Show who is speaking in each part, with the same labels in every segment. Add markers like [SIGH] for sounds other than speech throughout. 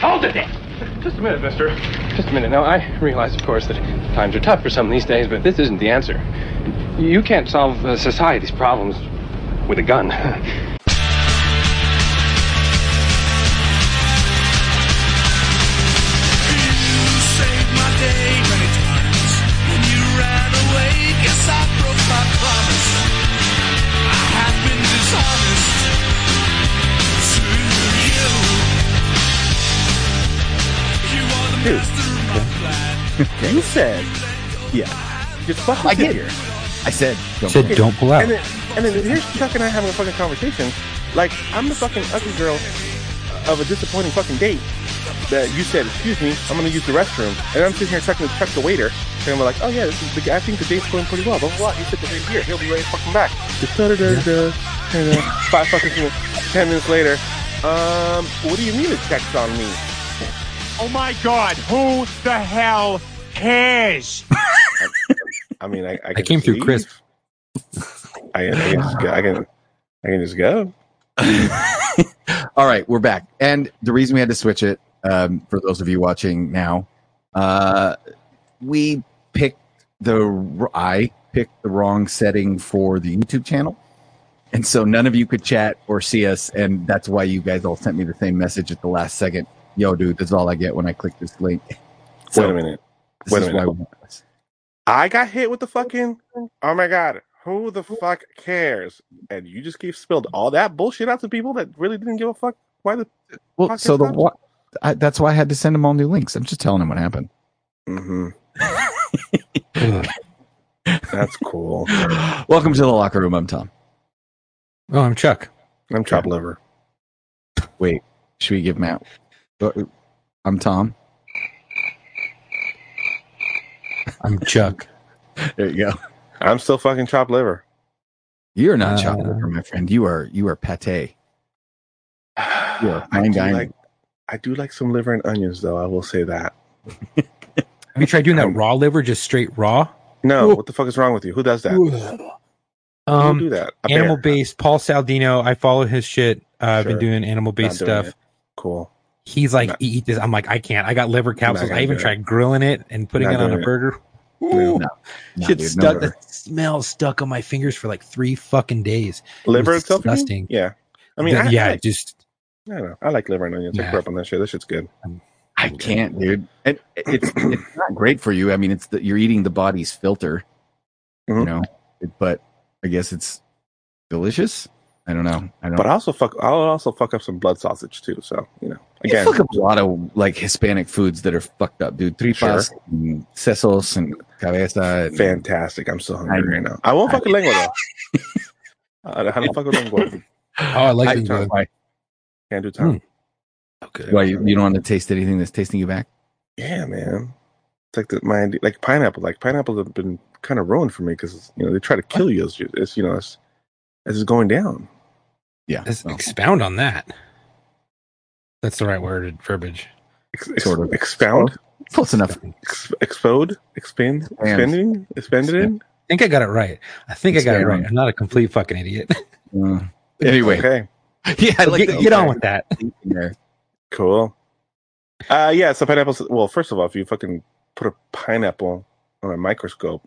Speaker 1: folded it.
Speaker 2: Just a minute, mister. Just a minute. Now, I realize, of course, that times are tough for some these days, but this isn't the answer. You can't solve uh, society's problems with a gun. [LAUGHS]
Speaker 3: You said,
Speaker 4: Yeah.
Speaker 3: just fucking
Speaker 4: I
Speaker 3: sit
Speaker 4: did.
Speaker 3: here.
Speaker 4: I said, don't
Speaker 5: Said don't pull out.
Speaker 3: And then, and then here's Chuck and I having a fucking conversation. Like, I'm the fucking ugly girl of a disappointing fucking date that you said, excuse me, I'm gonna use the restroom. And I'm sitting here talking to Chuck the waiter, and we're like, oh yeah, this is the, I think the date's going pretty well, blah, blah, blah. You said the same here, he'll be ready to fucking back. Just da-da-da-da, and, uh, Five fucking minutes, ten minutes later, um, what do you mean it checks on me?
Speaker 1: Oh my God! Who the hell cares?
Speaker 3: I mean, I, I,
Speaker 5: I
Speaker 3: can
Speaker 5: came
Speaker 3: just
Speaker 5: through
Speaker 3: leave.
Speaker 5: crisp.
Speaker 3: I, I can just go. I can, I can just go.
Speaker 4: All right, we're back. And the reason we had to switch it, um, for those of you watching now, uh, we picked the I picked the wrong setting for the YouTube channel, and so none of you could chat or see us, and that's why you guys all sent me the same message at the last second. Yo, dude, that's all I get when I click this link. So
Speaker 3: Wait a minute.
Speaker 4: This
Speaker 3: wait a
Speaker 4: is
Speaker 3: minute.
Speaker 4: why we want this.
Speaker 3: I got hit with the fucking. Oh my god, who the fuck cares? And you just keep spilled all that bullshit out to people that really didn't give a fuck. Why the?
Speaker 4: Well, so the
Speaker 3: Podcast
Speaker 4: wa- I, that's why I had to send them all new links. I'm just telling them what happened.
Speaker 5: [LAUGHS]
Speaker 3: Mm-hmm. That's cool.
Speaker 4: Welcome to the locker room. I'm Tom.
Speaker 5: Oh, I'm Chuck.
Speaker 3: I'm chop liver.
Speaker 4: Should we give him out? Uh, I'm Tom.
Speaker 5: I'm Chuck.
Speaker 4: There you go.
Speaker 3: I'm still fucking chop
Speaker 5: [SIGHS]
Speaker 3: liver.
Speaker 4: You're not
Speaker 5: Uh,
Speaker 4: chopped liver, my friend. You are you are pate. Yeah,
Speaker 3: I
Speaker 4: mine
Speaker 3: do
Speaker 4: guy.
Speaker 3: like. I do like some liver and onions, though. I will say that.
Speaker 5: Have you tried doing that
Speaker 3: Um,
Speaker 5: raw liver, just straight raw?
Speaker 3: No,
Speaker 5: Ooh.
Speaker 3: what the fuck is wrong with you? Who does that? Who do
Speaker 5: Um,
Speaker 3: that? A
Speaker 5: animal
Speaker 3: bear.
Speaker 5: based. Paul Saldino. I follow his shit. Uh, I've been
Speaker 3: Sure.
Speaker 5: doing animal
Speaker 3: Not
Speaker 5: based
Speaker 3: doing
Speaker 5: stuff.
Speaker 3: it. Cool.
Speaker 5: He's like, "E,
Speaker 3: Not-
Speaker 5: eat this. I'm like, I can't. I got liver capsules.
Speaker 3: gonna
Speaker 5: I even
Speaker 3: do it.
Speaker 5: tried grilling it and putting
Speaker 3: Not
Speaker 5: it on a
Speaker 3: doing it.
Speaker 5: burger.
Speaker 3: No,
Speaker 5: Ooh,
Speaker 4: no, No,
Speaker 5: shit
Speaker 4: dude, no
Speaker 5: stuck.
Speaker 4: liver.
Speaker 5: the smell stuck on my fingers for like three fucking days.
Speaker 3: Liver
Speaker 5: was
Speaker 3: itself? you mean?
Speaker 5: disgusting.
Speaker 3: Yeah. I mean,
Speaker 5: The-
Speaker 3: I,
Speaker 5: yeah,
Speaker 3: yeah. I,
Speaker 5: it just
Speaker 3: I don't know. I like liver and onions. I
Speaker 5: Nah.
Speaker 3: grew up on that shit. That shit's good.
Speaker 4: I can't, dude. And it's it's not great for you. I mean, it's that you're eating the body's filter, you
Speaker 3: Mhm.
Speaker 4: know. But I guess it's delicious. I don't know. I don't.
Speaker 3: But I also fuck. I'll also fuck up some blood sausage too. So you know,
Speaker 4: you
Speaker 3: again,
Speaker 4: fuck up a lot of like Hispanic foods that are fucked up, dude. Tripas,
Speaker 3: Sure.
Speaker 4: and sesos, and cabeza. and-
Speaker 3: fantastic. I'm so hungry
Speaker 4: I know.
Speaker 3: right now. I won't
Speaker 4: I-
Speaker 3: fuck with lengua though.
Speaker 4: [LAUGHS]
Speaker 3: I don't, I don't fuck with lengua.
Speaker 5: oh, I like
Speaker 4: I-
Speaker 5: it.
Speaker 3: Tom.
Speaker 4: why,
Speaker 3: Can't do time.
Speaker 4: why Hmm. you, you don't want to taste anything that's tasting you back?
Speaker 3: Yeah, man. It's like the, my like pineapple. Like pineapples have been kind of ruined for me because you know they try to kill you as you as you know as as it's going down.
Speaker 4: Yeah,
Speaker 5: Let's
Speaker 4: well,
Speaker 5: expound on that. That's the right word, verbiage.
Speaker 3: Ex, ex,
Speaker 4: Sort of.
Speaker 3: expound,
Speaker 4: close enough.
Speaker 3: ex, explode, expand,
Speaker 4: Expand.
Speaker 3: expanding, expanded in.
Speaker 5: I think I got it right. I think I got it right.
Speaker 4: Expound.
Speaker 5: I'm not a complete fucking idiot.
Speaker 4: Uh, anyway,
Speaker 3: Okay.
Speaker 4: [LAUGHS] yeah, I like
Speaker 5: [LAUGHS] get,
Speaker 4: that.
Speaker 5: get on with that.
Speaker 4: there.
Speaker 3: Cool. Uh yeah, so pineapples well, first of all, if you fucking put a pineapple on a microscope,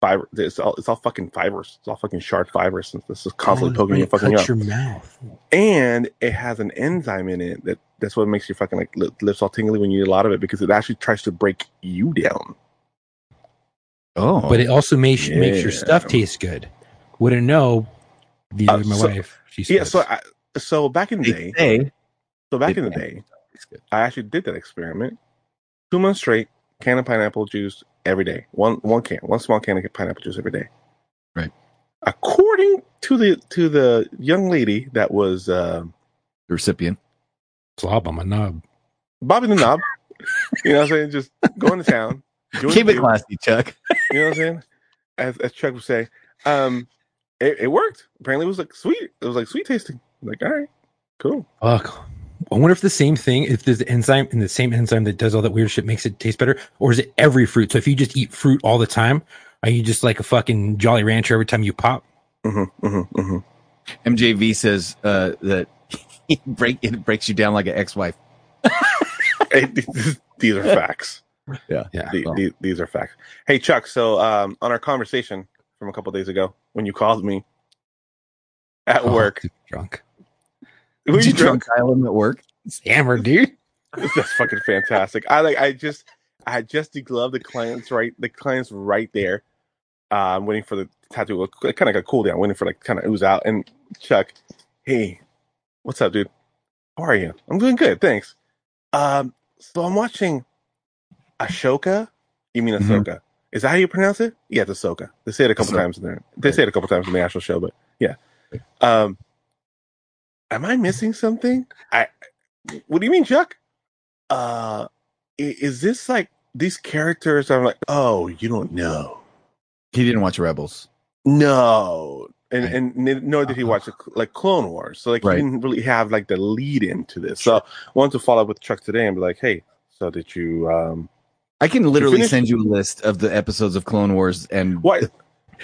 Speaker 3: fiber it's all it's all fucking fibers. It's all fucking sharp fibers since this is
Speaker 5: Oh,
Speaker 3: constantly poking your fucking up.
Speaker 5: your mouth.
Speaker 3: And it has an enzyme in it that that's what makes your fucking like li- lips all tingly when you eat a lot of it because it actually tries to break you down.
Speaker 4: Oh,
Speaker 5: But it also makes makes your
Speaker 3: Yeah.
Speaker 5: stuff taste good. Wouldn't know. The
Speaker 3: Uh,
Speaker 5: my
Speaker 3: so-
Speaker 5: wife. She
Speaker 3: Yeah,
Speaker 5: smokes.
Speaker 3: so I so back in the day,
Speaker 4: say
Speaker 3: so back
Speaker 4: they-
Speaker 3: in the day,
Speaker 4: it's good.
Speaker 3: I actually did that experiment. Two months straight, can of pineapple juice every day. One one can, one small can of pineapple juice every day.
Speaker 4: Right.
Speaker 3: According to the to the young lady that was uh,
Speaker 4: The recipient.
Speaker 5: slob on my knob.
Speaker 3: Bobby the
Speaker 4: [LAUGHS]
Speaker 3: Knob, you know what I'm saying? Just going to town. doing
Speaker 4: Keep it
Speaker 3: you,
Speaker 4: classy, Chuck.
Speaker 3: You know what I'm saying? As, as Chuck would say, um, it, it worked. Apparently, it was like sweet. It was like sweet tasting. Like, all right, cool.
Speaker 5: Fuck. I wonder if the same thing, if there's an enzyme and the same enzyme that does all that weird shit makes it taste better, or is it every fruit? So if you just eat fruit all the time, are you just like a fucking Jolly Rancher every time you pop?
Speaker 3: hmm hmm hmm
Speaker 4: [LAUGHS] MJV says uh, that he break it breaks you down like an ex-wife.
Speaker 3: these are facts.
Speaker 5: Yeah.
Speaker 3: The- the- these are facts. Hey, Chuck. So, um, on our conversation from a couple days ago, when you called me at
Speaker 5: Oh,
Speaker 3: work,
Speaker 5: dude, drunk.
Speaker 3: were
Speaker 4: Did
Speaker 3: you drunk?
Speaker 4: Island at work?
Speaker 5: Hammer, dude.
Speaker 3: That's fucking fantastic. I like. I just, I just degloved the clients right. The clients right there. Uh, I'm waiting for the tattoo. Kind of like a cool down. Waiting for like kind of ooze out. And Chuck, hey, what's up, dude? How are you? I'm doing good, thanks. Um, so I'm watching Ashoka. You mean
Speaker 4: Mhm.
Speaker 3: Ahsoka? Is that how you pronounce it? Yeah, it's Ahsoka. They say it a couple
Speaker 4: Ahsoka.
Speaker 3: times in there. They say it a couple times in the actual show, but yeah. Um, am I missing something? I. What do you mean, Chuck? Uh, i- is this like these characters? I'm like, oh, you don't know.
Speaker 4: He didn't watch Rebels.
Speaker 3: No, and
Speaker 4: Right. Uh-huh.
Speaker 3: and ne- nor did he watch the cl- like Clone Wars, so like
Speaker 4: Right.
Speaker 3: he didn't really have like the lead into this. So I wanted to follow up with Chuck today and be like, hey, so did you? um
Speaker 4: I can literally
Speaker 3: finished-
Speaker 4: send you a list of the episodes of Clone Wars and [LAUGHS]
Speaker 3: What?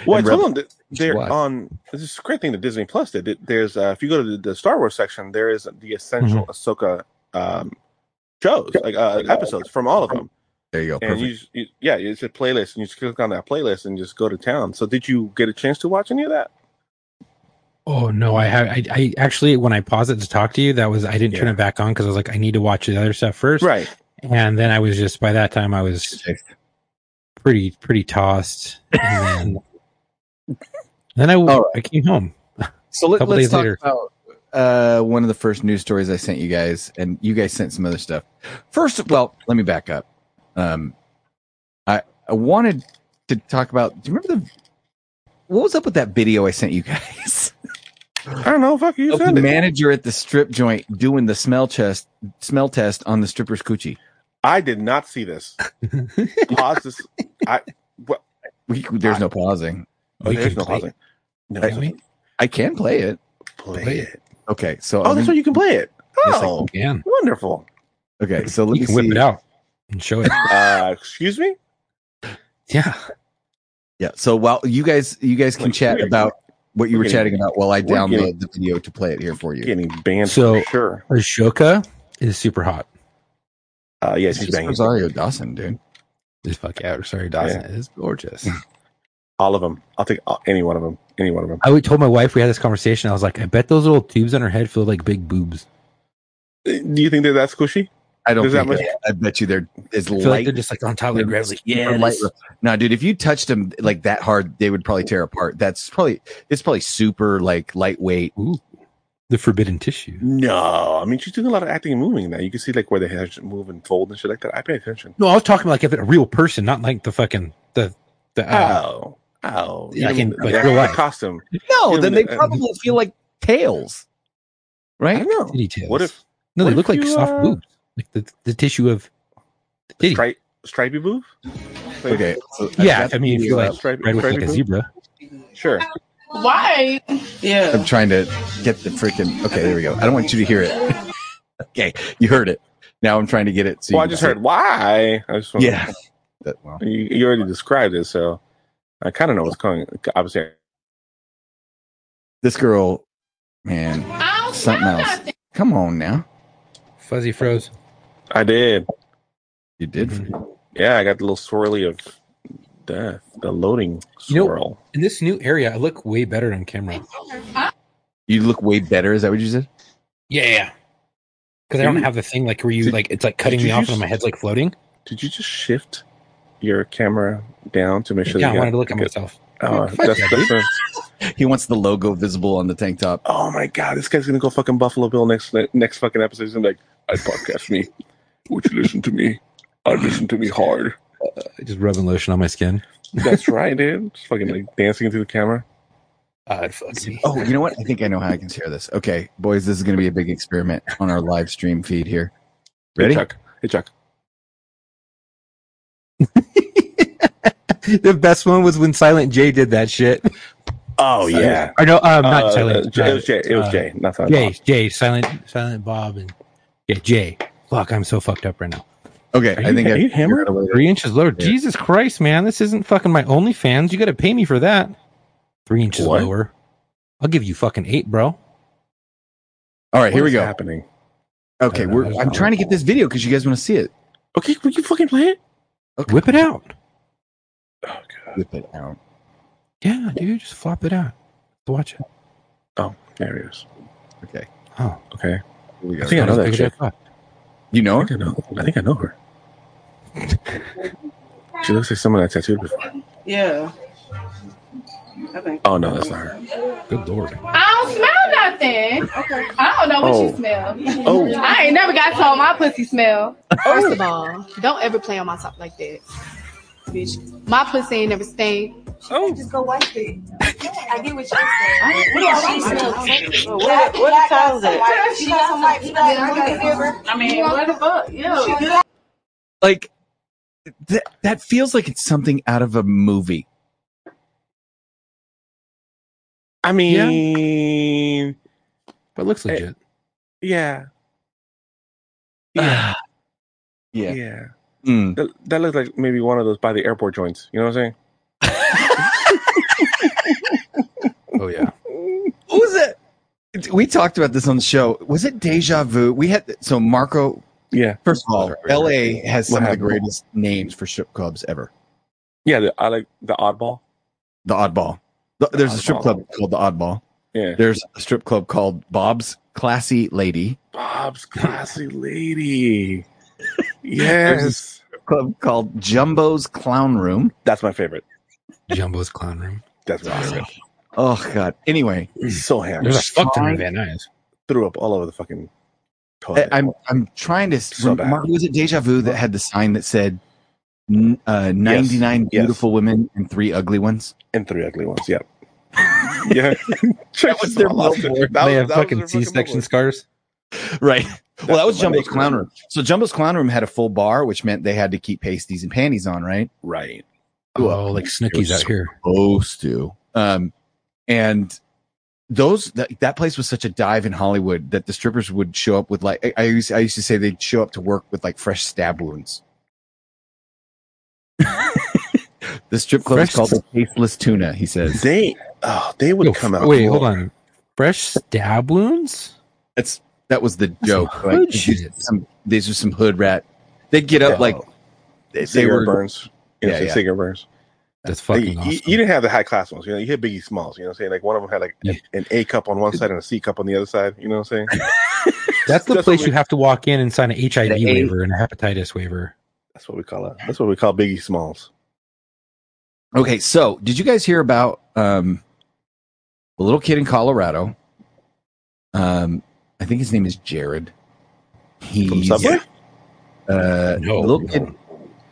Speaker 3: Well, I told
Speaker 4: And Rebel-
Speaker 3: him that they're
Speaker 4: Why?
Speaker 3: on. This is a great thing that Disney Plus did. That There's uh, if you go to the, the Star Wars section, there is
Speaker 4: Mm-hmm.
Speaker 3: the essential Ahsoka um, shows, like uh, episodes from all of them.
Speaker 4: There you go.
Speaker 3: and
Speaker 4: Perfect.
Speaker 3: you, just- you yeah it's a playlist and you just click on that playlist and just go to town so did you get a chance to watch any of that
Speaker 5: Oh no, I have. I, I actually, when I paused it to talk to you, that was I didn't turn
Speaker 3: Yeah.
Speaker 5: it back on because I was like, I need to watch the other stuff first.
Speaker 3: right
Speaker 5: And then I was just by that time I was pretty pretty tossed. And then, then I
Speaker 4: All
Speaker 5: I came home.
Speaker 4: so let,
Speaker 5: couple
Speaker 4: us
Speaker 5: days
Speaker 4: talk
Speaker 5: later.
Speaker 4: about uh, one of the first news stories I sent you guys, and you guys sent some other stuff. First, well, let me back up. Um, I I wanted to talk about. Do you remember the what was up with that video I sent you guys?
Speaker 3: i don't know fuck you
Speaker 4: Of the
Speaker 3: said it.
Speaker 4: manager at the strip joint doing the smell test smell test on the stripper's coochie.
Speaker 3: i did not see this pause this
Speaker 4: We, there's no pausing.
Speaker 3: oh,
Speaker 5: We
Speaker 3: there's
Speaker 5: can
Speaker 3: no
Speaker 5: play-
Speaker 3: pausing no
Speaker 5: Can we?
Speaker 4: I can play it.
Speaker 3: play it
Speaker 4: Okay, so
Speaker 3: oh
Speaker 4: I'm-
Speaker 3: that's where you can play it
Speaker 4: Yes, I can.
Speaker 3: oh
Speaker 5: Yeah,
Speaker 3: wonderful [LAUGHS]
Speaker 4: okay, so let
Speaker 5: you
Speaker 4: me
Speaker 5: can whip
Speaker 4: see.
Speaker 5: it out and show it.
Speaker 3: uh excuse me
Speaker 5: yeah,
Speaker 4: Yeah. So while you guys you guys can
Speaker 3: Like,
Speaker 4: chat
Speaker 3: we're-
Speaker 4: about what you
Speaker 3: we're
Speaker 4: were
Speaker 3: getting-
Speaker 4: chatting about while I
Speaker 3: we're
Speaker 4: download
Speaker 3: getting-
Speaker 4: the video to play it here for you.
Speaker 3: getting banned
Speaker 5: So-
Speaker 3: for sure
Speaker 5: Ashoka is super hot.
Speaker 3: uh yes
Speaker 4: It's
Speaker 3: he's
Speaker 4: just
Speaker 3: banging
Speaker 4: Rosario Dawson, dude.
Speaker 5: This fuck yeah, sorry, Dawson is gorgeous.
Speaker 3: all of them i'll take all, any one of them any one of them
Speaker 5: [LAUGHS] I would told my wife we had this conversation. I was like, I bet those little tubes on her head feel like big boobs.
Speaker 3: Uh, do you think they're that squishy
Speaker 4: I don't
Speaker 3: There's that
Speaker 4: think that- I bet you they're as
Speaker 5: I
Speaker 4: light.
Speaker 5: feel like they're just like on top of
Speaker 4: they're
Speaker 5: the gravity.
Speaker 4: super light. No, dude, if you touched them like that hard, they would probably tear apart. That's probably it's probably super like lightweight.
Speaker 5: Ooh, the forbidden tissue.
Speaker 3: no i mean she's doing a lot of acting and moving now you can see like where the hairs move and fold and shit like that i pay attention
Speaker 5: No, I was talking like if it a real person, not like the fucking the the. Uh,
Speaker 3: Oh, oh,
Speaker 5: Yeah, I can-
Speaker 3: mean,
Speaker 5: like,
Speaker 3: yeah,
Speaker 5: real
Speaker 3: the
Speaker 5: life.
Speaker 3: costume.
Speaker 4: No,
Speaker 3: Yeah,
Speaker 4: then
Speaker 3: but
Speaker 4: they
Speaker 3: the-
Speaker 4: probably feel like tails.
Speaker 3: I
Speaker 4: Right?
Speaker 3: know.
Speaker 5: titty tails.
Speaker 3: What if
Speaker 5: no?
Speaker 3: what
Speaker 5: They
Speaker 3: if
Speaker 5: look like
Speaker 3: you,
Speaker 5: soft
Speaker 3: uh,
Speaker 5: boobs, like the the tissue of the titty.
Speaker 3: stri- stripey boob? Like,
Speaker 4: Okay. so I've
Speaker 5: yeah,
Speaker 4: got
Speaker 5: I mean, if
Speaker 4: the
Speaker 5: you
Speaker 4: video
Speaker 5: like
Speaker 4: up.
Speaker 3: stripey,
Speaker 5: red with
Speaker 3: stripey
Speaker 5: like a
Speaker 3: boob?
Speaker 5: zebra.
Speaker 3: Sure.
Speaker 6: Why?
Speaker 4: I'm
Speaker 6: Yeah.
Speaker 4: trying to get the freaking Okay, there we go. I don't want you to hear it. [LAUGHS] okay, you heard it. Now I'm trying to get it. So
Speaker 3: Well,
Speaker 4: you
Speaker 3: I
Speaker 4: can
Speaker 3: just
Speaker 4: see it.
Speaker 3: heard why. I just want,
Speaker 4: Yeah. [LAUGHS] That, well,
Speaker 3: You, you already described it, so I kind of know what's going. Obviously,
Speaker 4: this girl, man,
Speaker 6: I don't
Speaker 4: something
Speaker 6: know
Speaker 4: else.
Speaker 6: nothing.
Speaker 4: Come on now.
Speaker 5: Fuzzy froze.
Speaker 3: I did.
Speaker 4: You did.
Speaker 5: Mhm.
Speaker 3: Yeah, I got the little swirly of death, the loading
Speaker 5: You know-
Speaker 3: swirl.
Speaker 5: In this new area, I look way better on camera.
Speaker 4: You look way better. Is that what you said?
Speaker 5: Yeah, yeah. Because I don't have the thing like where you
Speaker 3: Did-
Speaker 5: like it's like cutting
Speaker 3: did
Speaker 5: me
Speaker 3: you
Speaker 5: off
Speaker 3: use-
Speaker 5: and my head's like floating.
Speaker 3: Did you just shift your camera down to make sure?
Speaker 5: Yeah, Oh I
Speaker 3: that you got-
Speaker 5: wanted to look at
Speaker 3: good-
Speaker 5: myself.
Speaker 3: Oh, that's, that's a-
Speaker 4: He wants the logo visible on the tank top.
Speaker 3: oh my god, this guy's gonna go fucking Buffalo Bill next next fucking episode. He's gonna be like, I podcast me. Would you listen to me? I listen to me hard.
Speaker 5: Just rubbing lotion on my skin.
Speaker 3: That's right, dude. Just fucking like dancing into the camera.
Speaker 5: God Uh, fuck me.
Speaker 4: Oh, you know what? I think I know how I can share this. Okay, boys, this is going to be a big experiment on our live stream feed here. Ready?
Speaker 3: Hey Chuck. Hey Chuck.
Speaker 5: [LAUGHS] the best one was when Silent J did that shit.
Speaker 3: Oh
Speaker 5: Or no, um, not
Speaker 3: Uh,
Speaker 5: Silent.
Speaker 3: Jay- it was Jay. It was
Speaker 5: uh,
Speaker 3: Jay. Not Silent
Speaker 5: Jay,
Speaker 3: Bob.
Speaker 5: Jay, Silent, Silent Bob, and yeah, Jay. Fuck, I'm so fucked up right now.
Speaker 4: Okay,
Speaker 3: Are
Speaker 4: I
Speaker 3: you-
Speaker 4: think
Speaker 3: are
Speaker 4: I
Speaker 3: you hammered?
Speaker 4: figured out a way to-
Speaker 5: Three inches lower.
Speaker 4: Yeah.
Speaker 5: Jesus Christ, man, this isn't fucking my OnlyFans. You got to pay me for that. Three inches
Speaker 3: What?
Speaker 5: lower. I'll give you fucking eight, bro.
Speaker 4: All right, here
Speaker 3: What
Speaker 4: we
Speaker 3: is
Speaker 4: go.
Speaker 3: Happening.
Speaker 4: Okay,
Speaker 5: I don't
Speaker 4: we're.
Speaker 5: know.
Speaker 4: I'm trying to get this video because you guys want to see it.
Speaker 5: Okay, will you fucking play it?
Speaker 4: Okay.
Speaker 5: Whip it out.
Speaker 4: Whip it out.
Speaker 5: Yeah, dude, just flop it out. Watch it.
Speaker 3: Oh, There it is.
Speaker 4: Okay.
Speaker 5: Oh,
Speaker 3: Okay.
Speaker 4: Here we
Speaker 3: I think I
Speaker 4: go.
Speaker 3: know that
Speaker 5: Big as I
Speaker 3: chick.
Speaker 5: thought.
Speaker 4: You
Speaker 3: I
Speaker 4: know her?
Speaker 3: think I know. I think I know her. she looks like someone I tattooed before.
Speaker 7: Yeah. I think.
Speaker 3: Oh no, that's not her.
Speaker 5: Good lord.
Speaker 8: I don't smell nothing. I don't know what
Speaker 3: Oh.
Speaker 8: you smell.
Speaker 3: Oh,
Speaker 8: I ain't never got told my pussy smell. First of all, don't ever play on my top like that. Bitch. My pussy ain't never stink.
Speaker 9: Just go watch it. I get what you're saying.
Speaker 7: I don't-
Speaker 9: What did she
Speaker 7: Well, what what time is it?
Speaker 9: She got some white people that look at her.
Speaker 7: I mean, what the fuck? Yeah.
Speaker 4: Like, that that feels like it's something out of a movie.
Speaker 10: I mean,
Speaker 5: But it looks legit.
Speaker 10: yeah. Yeah. [SIGHS]
Speaker 4: Yeah.
Speaker 10: yeah.
Speaker 4: Mm.
Speaker 10: That, that looks like maybe one of those by the airport joints. You know what I'm
Speaker 5: Oh yeah.
Speaker 10: saying?
Speaker 4: What was it? We talked about this on the show. Was it Deja Vu? We had so Marco.
Speaker 10: Yeah.
Speaker 4: First of all, L.A. has
Speaker 10: What
Speaker 4: some of the
Speaker 10: happened?
Speaker 4: greatest names for strip clubs ever.
Speaker 10: Yeah. The, I like the oddball.
Speaker 4: The Oddball. The- there's a strip
Speaker 10: Oddball.
Speaker 4: club called the Oddball.
Speaker 10: Yeah.
Speaker 4: There's a strip club called Bob's Classy Lady.
Speaker 3: Bob's classy lady.
Speaker 10: Yes.
Speaker 4: Club called Jumbo's Clown Room.
Speaker 10: That's my favorite.
Speaker 5: [LAUGHS] Jumbo's clown room.
Speaker 10: That's my favorite.
Speaker 4: Oh God. Anyway,
Speaker 10: He's so hammered.
Speaker 5: There's a fuck ton
Speaker 4: fine.
Speaker 5: of Van
Speaker 10: [LAUGHS]
Speaker 5: Nuys.
Speaker 10: threw up all over the fucking toilet.
Speaker 4: I, I'm I'm trying to.
Speaker 10: So bad.
Speaker 4: Mark, was it Deja Vu that had the sign that said n- uh, 99
Speaker 10: Yes.
Speaker 4: beautiful women and three ugly ones?
Speaker 10: and three ugly ones. [LAUGHS] Yep. yeah.
Speaker 4: That was their billboard.
Speaker 10: That
Speaker 5: they
Speaker 10: was- that was
Speaker 5: have fucking
Speaker 10: their fucking
Speaker 5: C-section
Speaker 10: billboard.
Speaker 5: scars.
Speaker 4: Right. well, that
Speaker 10: That's what
Speaker 4: was Jumbo's
Speaker 10: they-
Speaker 4: Clown Room. So Jumbo's Clown Room had a full bar, which meant they had to keep pasties and panties on, right?
Speaker 3: Right.
Speaker 5: Oh, like Snookies out here.
Speaker 4: Supposed to. Um, and those that, that place was such a dive in Hollywood that the strippers would show up with like I, I used I used to say they'd show up to work with like fresh stab wounds. [LAUGHS] the strip club
Speaker 5: Fresh-
Speaker 4: is called the Tasteless Tuna. He says.
Speaker 10: They oh they would
Speaker 5: Yo,
Speaker 10: come out.
Speaker 5: Wait,
Speaker 10: more.
Speaker 5: hold on. Fresh stab wounds?
Speaker 4: That's that was the joke.
Speaker 5: some
Speaker 4: Like,
Speaker 5: hood
Speaker 4: these,
Speaker 5: shit.
Speaker 4: are some, these are some hood rat. They'd get up
Speaker 10: Yeah.
Speaker 4: like they, they
Speaker 10: Cigarette
Speaker 4: were.
Speaker 10: burns. You know,
Speaker 4: Yeah,
Speaker 10: yeah,
Speaker 4: yeah.
Speaker 10: cigarette burns.
Speaker 5: That's
Speaker 10: Like,
Speaker 5: fucking
Speaker 10: you,
Speaker 5: awesome.
Speaker 10: you didn't have the high class ones. You know, you had Biggie Smalls. You know what I'm saying? Like one of them had like
Speaker 5: Yeah.
Speaker 10: an A cup on one side and a C cup on the other side. You know what
Speaker 4: [LAUGHS]
Speaker 10: I'm saying?
Speaker 5: That's the
Speaker 10: That's
Speaker 5: place
Speaker 10: what
Speaker 5: you have to walk in and sign an HIV
Speaker 4: The eight-
Speaker 5: waiver and a hepatitis waiver.
Speaker 10: That's what we call it. That's what we call Biggie Smalls.
Speaker 4: Okay, so did you guys hear about um, a little kid in Colorado? Um, I think his name is Jared.
Speaker 10: From
Speaker 4: He's
Speaker 10: Subway?
Speaker 4: uh, a
Speaker 5: No,
Speaker 4: little kid.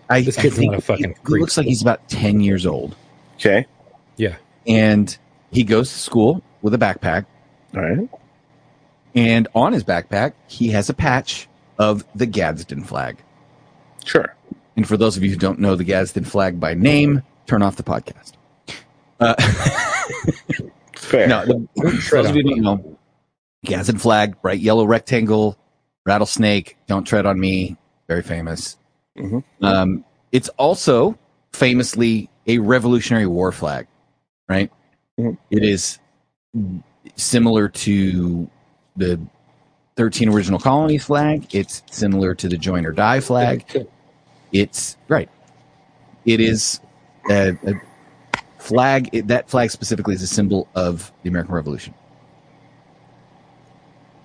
Speaker 4: I,
Speaker 5: This
Speaker 4: I
Speaker 5: kid's
Speaker 4: think
Speaker 5: not
Speaker 4: he,
Speaker 5: a fucking
Speaker 4: he
Speaker 5: creep.
Speaker 4: looks like he's about ten years old,
Speaker 10: Okay.
Speaker 4: and he goes to school with a backpack.
Speaker 10: All right.
Speaker 4: And on his backpack, he has a patch of the Gadsden flag.
Speaker 10: Sure.
Speaker 4: And for those of you who don't know the Gadsden flag by name, turn off the podcast. Uh, [LAUGHS]
Speaker 10: Fair.
Speaker 4: no, the, for those of you who don't know, Gadsden flag, bright yellow rectangle, rattlesnake, don't tread on me, very famous.
Speaker 10: Mhm.
Speaker 4: Um, it's also famously a Revolutionary War flag, right?
Speaker 10: Mhm.
Speaker 4: It is similar to the 13 original colonies flag. It's similar to the join or die flag. It's right. It is a, a flag. It, that flag specifically is a symbol of the American Revolution.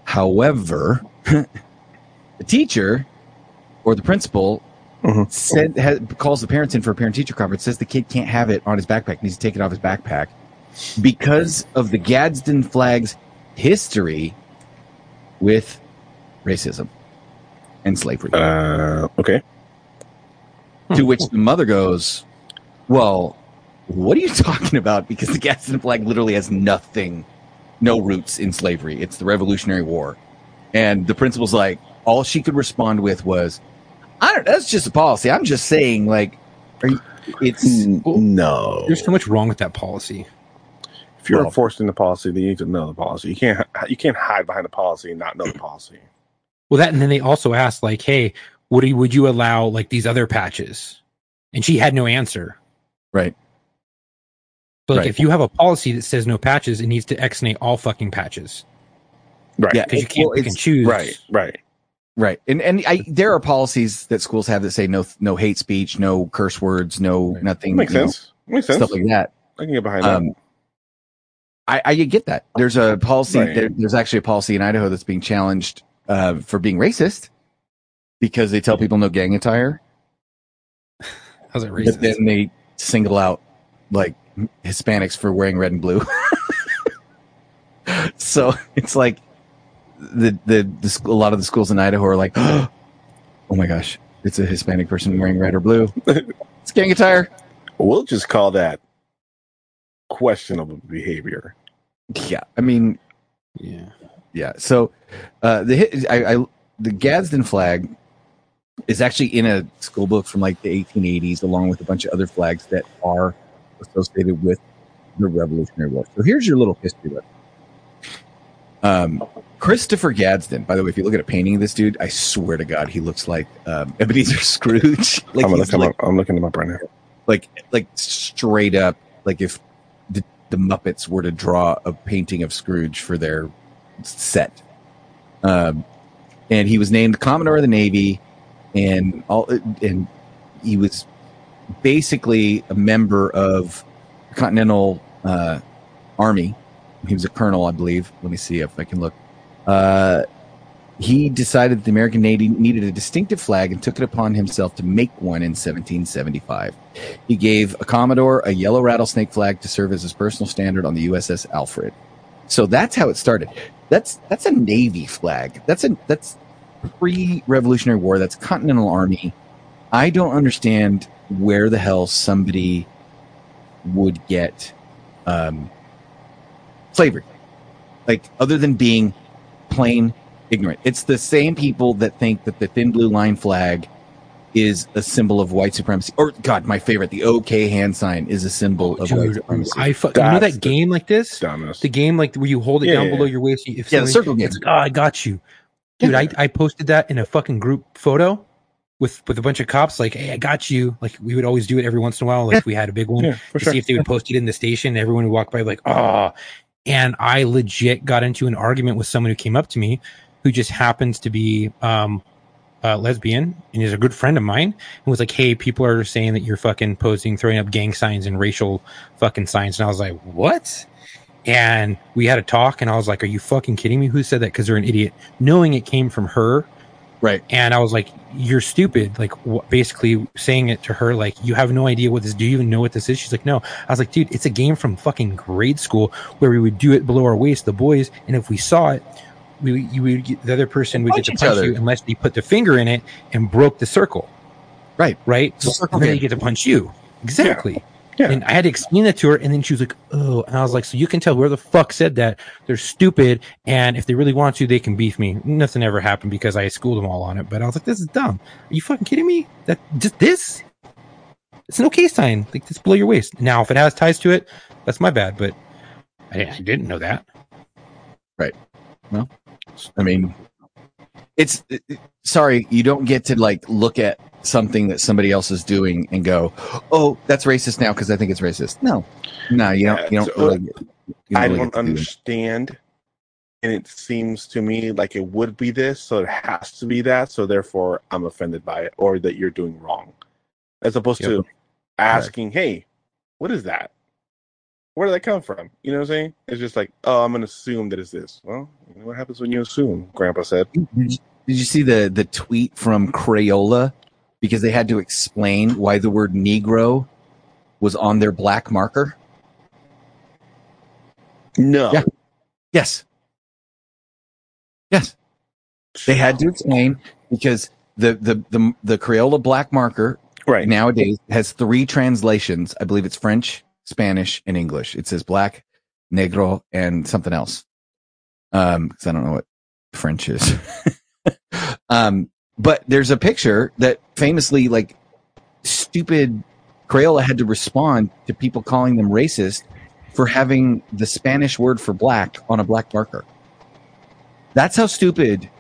Speaker 4: However, [LAUGHS] the teacher or the principal
Speaker 10: Mhm.
Speaker 4: said ha calls the parents in for a parent teacher conference. Says the kid can't have it on his backpack. Needs to take it off his backpack because of the Gadsden flag's history with racism and slavery.
Speaker 10: Uh, okay.
Speaker 4: To which the mother goes, Well, what are you talking about? Because the Gadsden flag literally has nothing, no roots in slavery. It's the Revolutionary War. And the principal's like, All she could respond with was, I don't, that's just a policy. I'm just saying, like, are you, it's,
Speaker 10: N- No.
Speaker 5: There's so much wrong with that policy.
Speaker 10: If you're
Speaker 4: Well-
Speaker 10: enforcing the policy, then you need to know the policy. You can't. You can't hide behind the policy and not know the policy.
Speaker 5: Well, that and then they also asked, like, "Hey, would you, would you allow like these other patches?" And she had no answer.
Speaker 4: Right.
Speaker 5: But like,
Speaker 4: Right.
Speaker 5: if you have a policy that says no patches, it needs to exonate all fucking patches
Speaker 10: Right.
Speaker 4: yeah,
Speaker 5: because you
Speaker 4: it-
Speaker 5: can't
Speaker 4: well,
Speaker 5: pick
Speaker 4: it's-
Speaker 5: and choose.
Speaker 10: Right. Right.
Speaker 4: Right. And and I there are policies that schools have that say no no hate speech, no curse words, no nothing.
Speaker 10: makes
Speaker 4: you know,
Speaker 10: sense. makes sense.
Speaker 4: Stuff like that.
Speaker 10: I can get behind
Speaker 4: Um, I, I get that. There's a policy.
Speaker 10: Right.
Speaker 4: There, there's actually a policy in Idaho that's being challenged uh, for being racist because they tell people no gang attire,
Speaker 5: How's it
Speaker 4: but
Speaker 5: racist?
Speaker 4: then they single out like Hispanics for wearing red and blue. [LAUGHS] so it's like the the, the sc- a lot of the schools in Idaho are like, [GASPS] oh my gosh, it's a Hispanic person wearing red or blue. it's gang attire.
Speaker 10: that. We'll just call that questionable behavior.
Speaker 4: Yeah, I mean
Speaker 5: Yeah.
Speaker 4: yeah. So uh, the hit, I, I the Gadsden flag is actually in a school book from like the 1880s, along with a bunch of other flags that are associated with the Revolutionary War. So here's your little history lesson. Um, Christopher Gadsden, by the way, if you look at a painting of this dude, I swear to God, he looks like um, [LAUGHS] Ebenezer Scrooge. [LAUGHS] like
Speaker 10: I'm, looking
Speaker 4: he's like
Speaker 10: him up. I'm looking him up right now.
Speaker 4: like like straight up like if the, the muppets were to draw a painting of scrooge for their set um, and he was named commodore of the navy and all and he was basically a member of the continental uh, army he was a colonel i believe let me see if i can look uh, he decided that the american navy needed a distinctive flag and took it upon himself to make one in 1775 he gave a Commodore a yellow rattlesnake flag to serve as his personal standard on the USS Alfred. So that's how it started. That's that's a Navy flag. That's a that's pre-Revolutionary War. That's Continental Army. I don't understand where the hell somebody would get um, slavery, like other than being plain ignorant. It's the same people that think that the thin blue line flag is a symbol of white supremacy. Or God, my favorite, the OK hand sign is a symbol of white
Speaker 5: Dude,
Speaker 4: supremacy.
Speaker 5: I fuck. You know
Speaker 10: That's
Speaker 5: that game like this?
Speaker 10: Dumbest.
Speaker 5: The game like where you hold it
Speaker 10: Yeah,
Speaker 5: down
Speaker 10: yeah,
Speaker 5: below your waist. you- If
Speaker 4: yeah, the
Speaker 5: somebody-
Speaker 4: circle game.
Speaker 5: Oh, I got you, dude. I, I posted that in a fucking group photo with with a bunch of cops. Like, hey, I got you. Like, we would always do it every once in a while. Like, if we had a big one
Speaker 3: Yeah, for
Speaker 5: to
Speaker 3: sure.
Speaker 5: see if they would post it in the station. Everyone would walk by like, oh. And I legit got into an argument with someone who came up to me, who just happens to be um, uh, lesbian and is a good friend of mine, and was like, hey, people are saying that you're fucking posting, throwing up gang signs and racial fucking signs, and I was like, what? And we had a talk, and I was like, "Are you fucking kidding me? Who said that? Because they're an idiot." Knowing it came from her,
Speaker 4: Right.
Speaker 5: and I was like, "You're stupid!" Like, wh- basically saying it to her, like, "You have no idea what this. Do you even know what this is?" She's like, "No." I was like, "Dude, it's a game from fucking grade school where we would do it below our waist, the boys, and if we saw it, we you would get, the other person would
Speaker 4: Punch
Speaker 5: get to
Speaker 4: each
Speaker 5: punch
Speaker 4: other.
Speaker 5: you unless they put their finger in it and broke the circle."
Speaker 4: Right.
Speaker 5: Right.
Speaker 4: It's a circle
Speaker 5: and then
Speaker 4: game.
Speaker 5: they get to punch you. Exactly.
Speaker 3: Yeah.
Speaker 5: And I had to explain that to her, and then she was like, "Oh," and I was like, "So you can tell whoever the fuck said that they're stupid, and if they really want to, they can beef me." Nothing ever happened because I schooled them all on it. But I was like, "This is dumb. Are you fucking kidding me? That just this? It's an okay sign. Like just below your waist. Now, if it has ties to it, that's my bad. But I, I didn't know that.
Speaker 4: I mean, it's it- it- sorry, you don't get to like look at something that somebody else is doing and go, "Oh, that's racist now because I think it's racist." No, no, you don't. You don't.
Speaker 10: So, uh,
Speaker 4: really get- you don't
Speaker 10: I
Speaker 4: really
Speaker 10: don't
Speaker 4: get to do that.
Speaker 10: understand. And it seems to me like it would be this, so it has to be that. So therefore, I'm offended by it, or that you're doing wrong, as opposed to asking, "Hey, what is that? Where did that come from?" You know what I'm saying? It's just like, "Oh, I'm gonna assume that it's this." Well, you know what happens when you assume? Grandpa said.
Speaker 4: Did you, did you see the the tweet from Crayola because they had to explain why the word Negro was on their black marker?
Speaker 10: No.
Speaker 4: Yeah. Yes. Yes. They had to explain because the the the, the Crayola black marker
Speaker 10: Right.
Speaker 4: nowadays has three translations. I believe it's French, Spanish, and English. It says black, negro, and something else. Um, because I don't know what French is. [LAUGHS] um, but there's a picture that famously, like, stupid Crayola had to respond to people calling them racist for having the Spanish word for black on a black marker. That's how stupid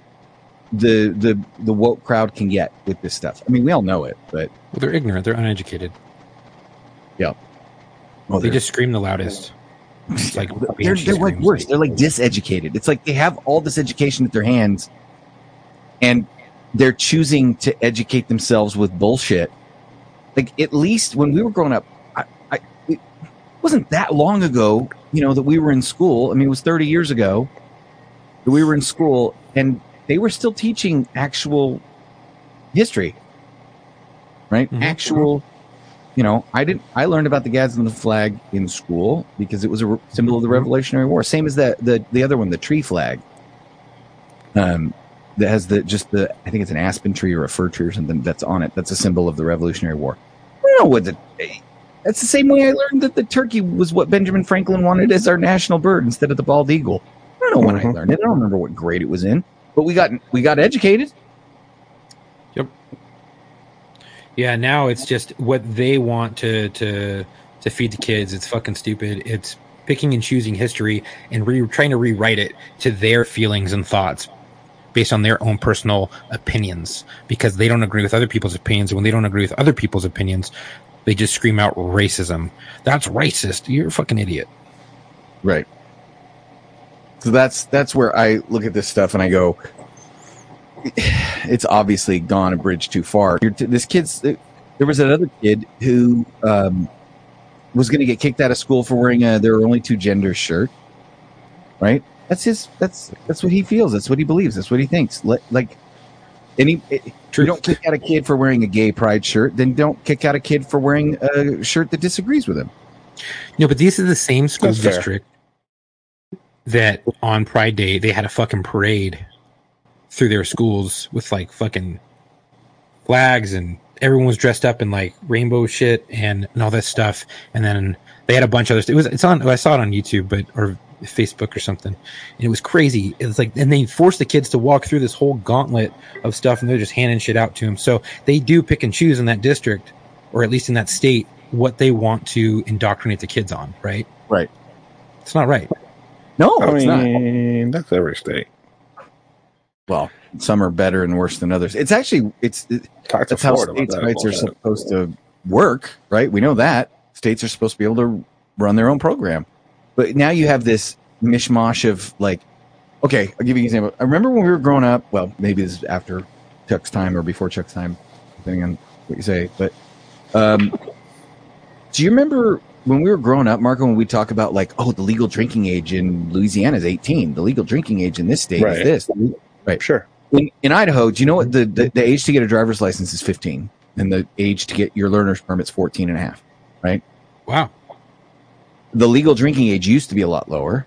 Speaker 4: the the the woke crowd can get with this stuff. I mean, we all know it, but
Speaker 5: Well, they're ignorant. They're uneducated.
Speaker 4: well,
Speaker 5: They just scream the loudest. It's like
Speaker 4: they're, they're like
Speaker 5: screams.
Speaker 4: worse. They're like diseducated. It's like they have all this education at their hands, and they're choosing to educate themselves with bullshit. Like at least when we were growing up, I, I it wasn't that long ago, you know, that we were in school. I mean, it was 30 years ago that we were in school and they were still teaching actual history. Right?
Speaker 5: Mhm.
Speaker 4: Actual you know, I didn't I learned about the Gadsden flag in school because it was a re- symbol of the Revolutionary War. Same as the the the other one, the tree flag. Um that has the just the I think it's an aspen tree or a fir tree or something that's on it. That's a symbol of the Revolutionary War. I don't know what the that's the same way I learned that the turkey was what Benjamin Franklin wanted as our national bird instead of the bald eagle. I don't know when I learned it. I don't remember what grade it was in, but we got we got educated.
Speaker 5: Yeah, now it's just what they want to to to feed the kids. It's fucking stupid. It's picking and choosing history and re- trying to rewrite it to their feelings and thoughts based on their own personal opinions because they don't agree with other people's opinions. And when they don't agree with other people's opinions, they just scream out racism. That's racist. You're a fucking idiot.
Speaker 4: Right. So that's that's where I look at this stuff and I go, it's obviously gone a bridge too far. You're t- this kid's uh, there was another kid who um, was going to get kicked out of school for wearing a there are only two genders shirt. Right. That's his. That's that's what he feels. That's what he believes. That's what he thinks. Let, like, any you
Speaker 5: Truth.
Speaker 4: don't kick out a kid for wearing a gay pride shirt, then don't kick out a kid for wearing a shirt that disagrees with him.
Speaker 5: No, but these are the same school
Speaker 3: That's fair.
Speaker 5: district that on Pride Day they had a fucking parade through their schools with like fucking flags and everyone was dressed up in like rainbow shit and, and all this stuff. And then they had a bunch of other. It was it's on. I saw it on YouTube, but or Facebook or something. And it was crazy. It was like and they forced the kids to walk through this whole gauntlet of stuff, and they're just handing shit out to them. So they do pick and choose in that district, or at least in that state, what they want to indoctrinate the kids on. Right.
Speaker 4: Right.
Speaker 5: It's not right.
Speaker 4: No,
Speaker 3: I
Speaker 4: it's not.
Speaker 3: mean, that's every state.
Speaker 4: well, some are better and worse than others. It's actually it's it-
Speaker 3: Talk to
Speaker 4: that's how
Speaker 3: Florida about
Speaker 4: states'
Speaker 3: that
Speaker 4: rights are
Speaker 3: bullshit.
Speaker 4: supposed to work, right? We know that states are supposed to be able to run their own program, but now you have this mishmash of like, okay, I'll give you an example. I remember when we were growing up. Well, maybe this is after Chuck's time or before Chuck's time, depending on what you say. But um, do you remember when we were growing up, Marco, when we talk about like, oh, the legal drinking age in Louisiana is eighteen, the legal drinking age in this state
Speaker 3: Right.
Speaker 4: is this,
Speaker 3: Sure.
Speaker 4: in, in Idaho, do you know what the, the, the age to get a driver's license is 15 and the age to get your learner's permit is 14 and a half?
Speaker 5: Wow.
Speaker 4: The legal drinking age used to be a lot lower,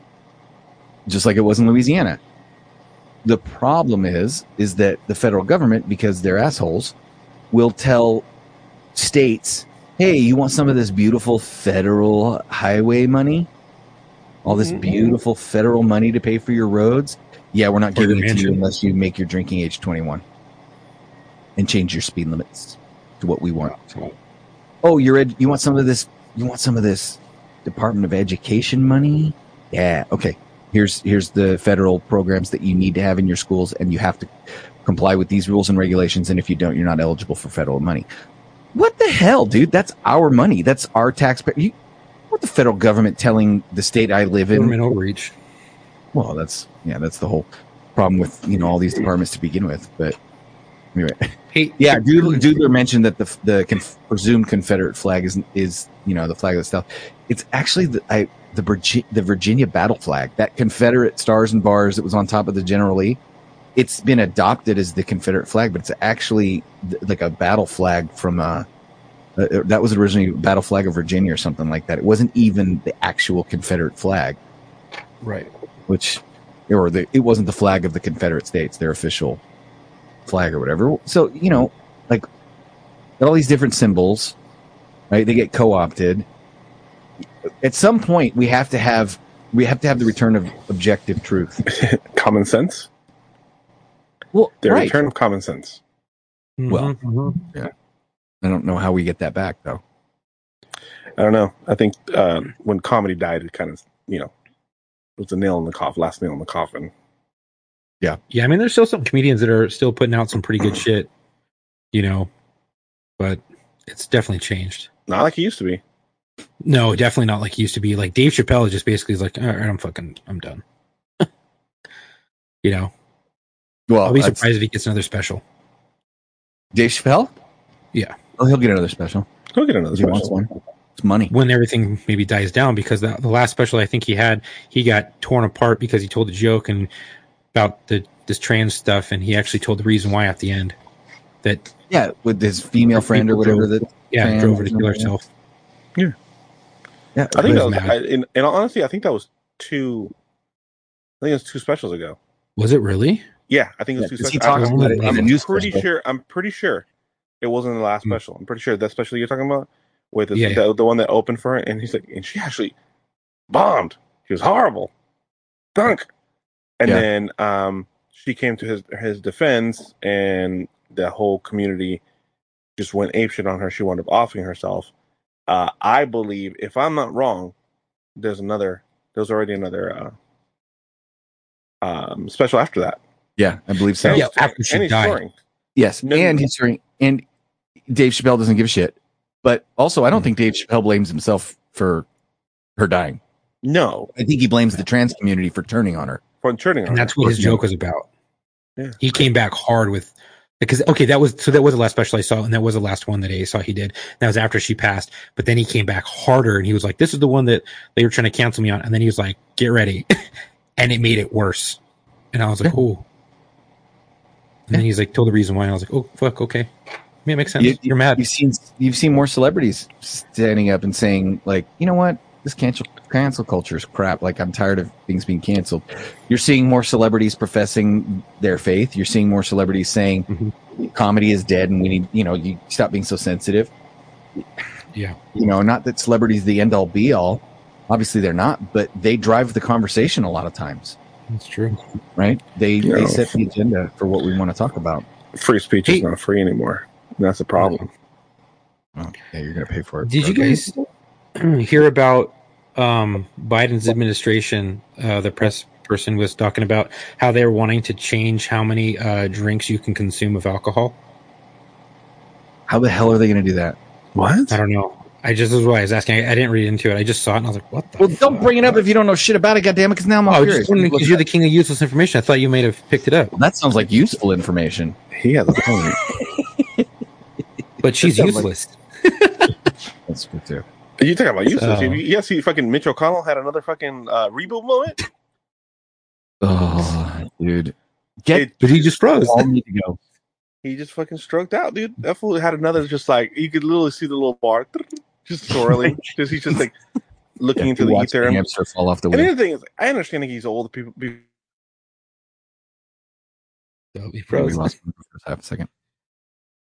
Speaker 4: just like it was in Louisiana. The problem is, is that the federal government, because they're assholes, will tell states, hey, you want some of this beautiful federal highway money? All this
Speaker 7: Mhm.
Speaker 4: beautiful federal money to pay for your roads? Yeah, we're not
Speaker 5: Or your
Speaker 4: giving it to you
Speaker 5: mansion.
Speaker 4: unless you make your drinking age 21 and change your speed limits to what we want. Oh, you're ed- you want some of this you want some of this Department of Education money? Yeah, okay. Here's here's the federal programs that you need to have in your schools and you have to comply with these rules and regulations and if you don't you're not eligible for federal money. What the hell, dude? That's our money. That's our taxpayer. You, what the federal government telling the state I live in?
Speaker 5: Government overreach.
Speaker 4: Well, that's yeah, that's the whole problem with you know all these departments to begin with. But anyway,
Speaker 5: Hey,
Speaker 4: yeah, Doodler, Doodler mentioned that the the conf- presumed Confederate flag is is you know the flag of the South. It's actually the I, the Virgi- the Virginia battle flag, that Confederate stars and bars that was on top of the General Lee. It's been adopted as the Confederate flag, but it's actually th- like a battle flag from uh, uh, that was originally battle flag of Virginia or something like that. It wasn't even the actual Confederate flag
Speaker 5: Right.
Speaker 4: which or the it wasn't the flag of the Confederate States, their official flag or whatever. So you know, like got all these different symbols, right? They get co-opted. At some point, we have to have we have to have the return of objective truth.
Speaker 3: Common sense.
Speaker 4: Well,
Speaker 3: The
Speaker 4: right.
Speaker 3: return of common sense.
Speaker 4: Well.
Speaker 5: Mhm.
Speaker 4: I don't know how we get that back though.
Speaker 3: I don't know. I think um, when comedy died, it kind of, you know, was the nail in the coffin, last nail in the coffin.
Speaker 5: Yeah, I mean, there's still some comedians that are still putting out some pretty good shit, you know, but it's definitely changed.
Speaker 3: Not like it used to be.
Speaker 5: No, definitely not like he used to be. Like Dave Chappelle just basically is like, all right, I'm fucking, I'm done. [LAUGHS] you know,
Speaker 4: Well,
Speaker 5: I'll be
Speaker 4: that's- Oh,
Speaker 5: surprised if he gets another special.
Speaker 4: Dave Chappelle?
Speaker 5: Yeah.
Speaker 4: Oh, he'll get another special.
Speaker 3: Go get another
Speaker 4: If he wants
Speaker 3: special.
Speaker 4: one. It's money.
Speaker 5: when everything maybe dies down because the, the last special I think he had, he got torn apart because he told a joke and about the this trans stuff, and he actually told the reason why at the end that
Speaker 4: Yeah, with his female friend or whatever that
Speaker 5: yeah
Speaker 4: Trans-
Speaker 5: drove her to kill herself.
Speaker 4: yeah,
Speaker 3: I think that
Speaker 5: Liz
Speaker 3: was,
Speaker 5: Mad.
Speaker 3: I, in, in all honesty, I think that was two. I think it was two specials ago.
Speaker 5: Was it really?
Speaker 3: Yeah, I think it
Speaker 4: yeah,
Speaker 3: was two
Speaker 4: 'cause
Speaker 3: specials.
Speaker 4: he talks
Speaker 5: I'm-
Speaker 4: about it in
Speaker 5: I'm
Speaker 4: the
Speaker 3: I'm
Speaker 4: news
Speaker 3: pretty
Speaker 4: special.
Speaker 3: sure. I'm pretty sure it wasn't the last
Speaker 5: Hmm.
Speaker 3: special. I'm pretty sure that special you're talking about with
Speaker 5: Yeah,
Speaker 3: the, the, the one that opened for it, and he's like, and she actually bombed. She was horrible, dunk. And
Speaker 4: Yeah.
Speaker 3: then um, she came to his his defense, and the whole community just went apeshit on her. She wound up offing herself. Uh, I believe, if I'm not wrong, there's another. There's already another uh, um, special after that.
Speaker 4: Yeah, I believe so.
Speaker 3: And
Speaker 5: Yeah,
Speaker 3: he's-
Speaker 5: after she
Speaker 3: and he's
Speaker 5: died.
Speaker 3: touring.
Speaker 4: Yes,
Speaker 3: No,
Speaker 4: and
Speaker 3: no.
Speaker 4: he's hearing, and Dave Chappelle doesn't give a shit. But also, I don't think Dave Chappelle blames himself for her dying.
Speaker 3: No,
Speaker 4: I think he blames the trans community for turning on her.
Speaker 3: for turning on
Speaker 5: And that's what his joke was about.
Speaker 3: Yeah.
Speaker 5: He came back hard with because okay, that was so that was the last special I saw, and that was the last one that I saw he did. That was after she passed, but then he came back harder and he was like, "This is the one that they were trying to cancel me on," and then he was like, "Get ready," [LAUGHS] and it made it worse. And I was like, "Oh." And then he's like, "Told the reason why." And I was like, "Oh fuck, okay, yeah, it makes sense.
Speaker 4: You,
Speaker 5: You're mad."
Speaker 4: You've seen you've seen more celebrities standing up and saying like, you know what, this cancel cancel culture is crap. Like I'm tired of things being canceled. You're seeing more celebrities professing their faith. You're seeing more celebrities saying
Speaker 5: Mm-hmm.
Speaker 4: comedy is dead and we need you know you stop being so sensitive.
Speaker 5: Yeah.
Speaker 4: you know, not that celebrities the end all be all. Obviously, they're not, but they drive the conversation a lot of times,
Speaker 5: That's true.
Speaker 4: right? They
Speaker 3: Yeah.
Speaker 4: they set the agenda for what we want to talk about.
Speaker 3: free speech
Speaker 5: Hey.
Speaker 3: is not free anymore. And that's a problem.
Speaker 4: Oh, yeah, you're gonna pay for it.
Speaker 5: Did you
Speaker 4: Okay.
Speaker 5: guys [CLEARS THROAT] hear about um, Biden's administration? Uh, the press person was talking about how they're wanting to change how many uh, drinks you can consume of alcohol.
Speaker 4: How the hell are they gonna do that?
Speaker 5: I don't know. I just this is why I was asking. I, I didn't read into it. I just saw it and I was like, "What the?"
Speaker 4: Well, don't
Speaker 5: fuck?
Speaker 4: bring it up if you don't know shit about it. Goddamn it, because now I'm all
Speaker 5: Oh,
Speaker 4: curious.
Speaker 5: just wondering because you're the king of useless information. I thought you may have picked it up,
Speaker 4: that sounds like useful information.
Speaker 3: He has a point.
Speaker 5: but she's
Speaker 3: sounds like-
Speaker 5: useless.
Speaker 4: That's good too.
Speaker 3: you talking about useless?
Speaker 5: So-
Speaker 3: You Yes, he fucking Mitch O'Connell had another fucking uh, reboot moment.
Speaker 4: Oh, dude, get
Speaker 3: It-
Speaker 5: But he just froze.
Speaker 4: all need to go.
Speaker 3: He just fucking stroked out, dude. That fool had another just like you could literally see the little bar [LAUGHS] just swirling. just he's just like looking into the
Speaker 4: Watch
Speaker 3: ether. And,
Speaker 4: hamster fall off the
Speaker 3: and the
Speaker 4: wheel.
Speaker 3: other thing is, I understand that he's old. People, people
Speaker 5: So he
Speaker 4: Yeah, we
Speaker 5: froze.
Speaker 4: lost him for half a second.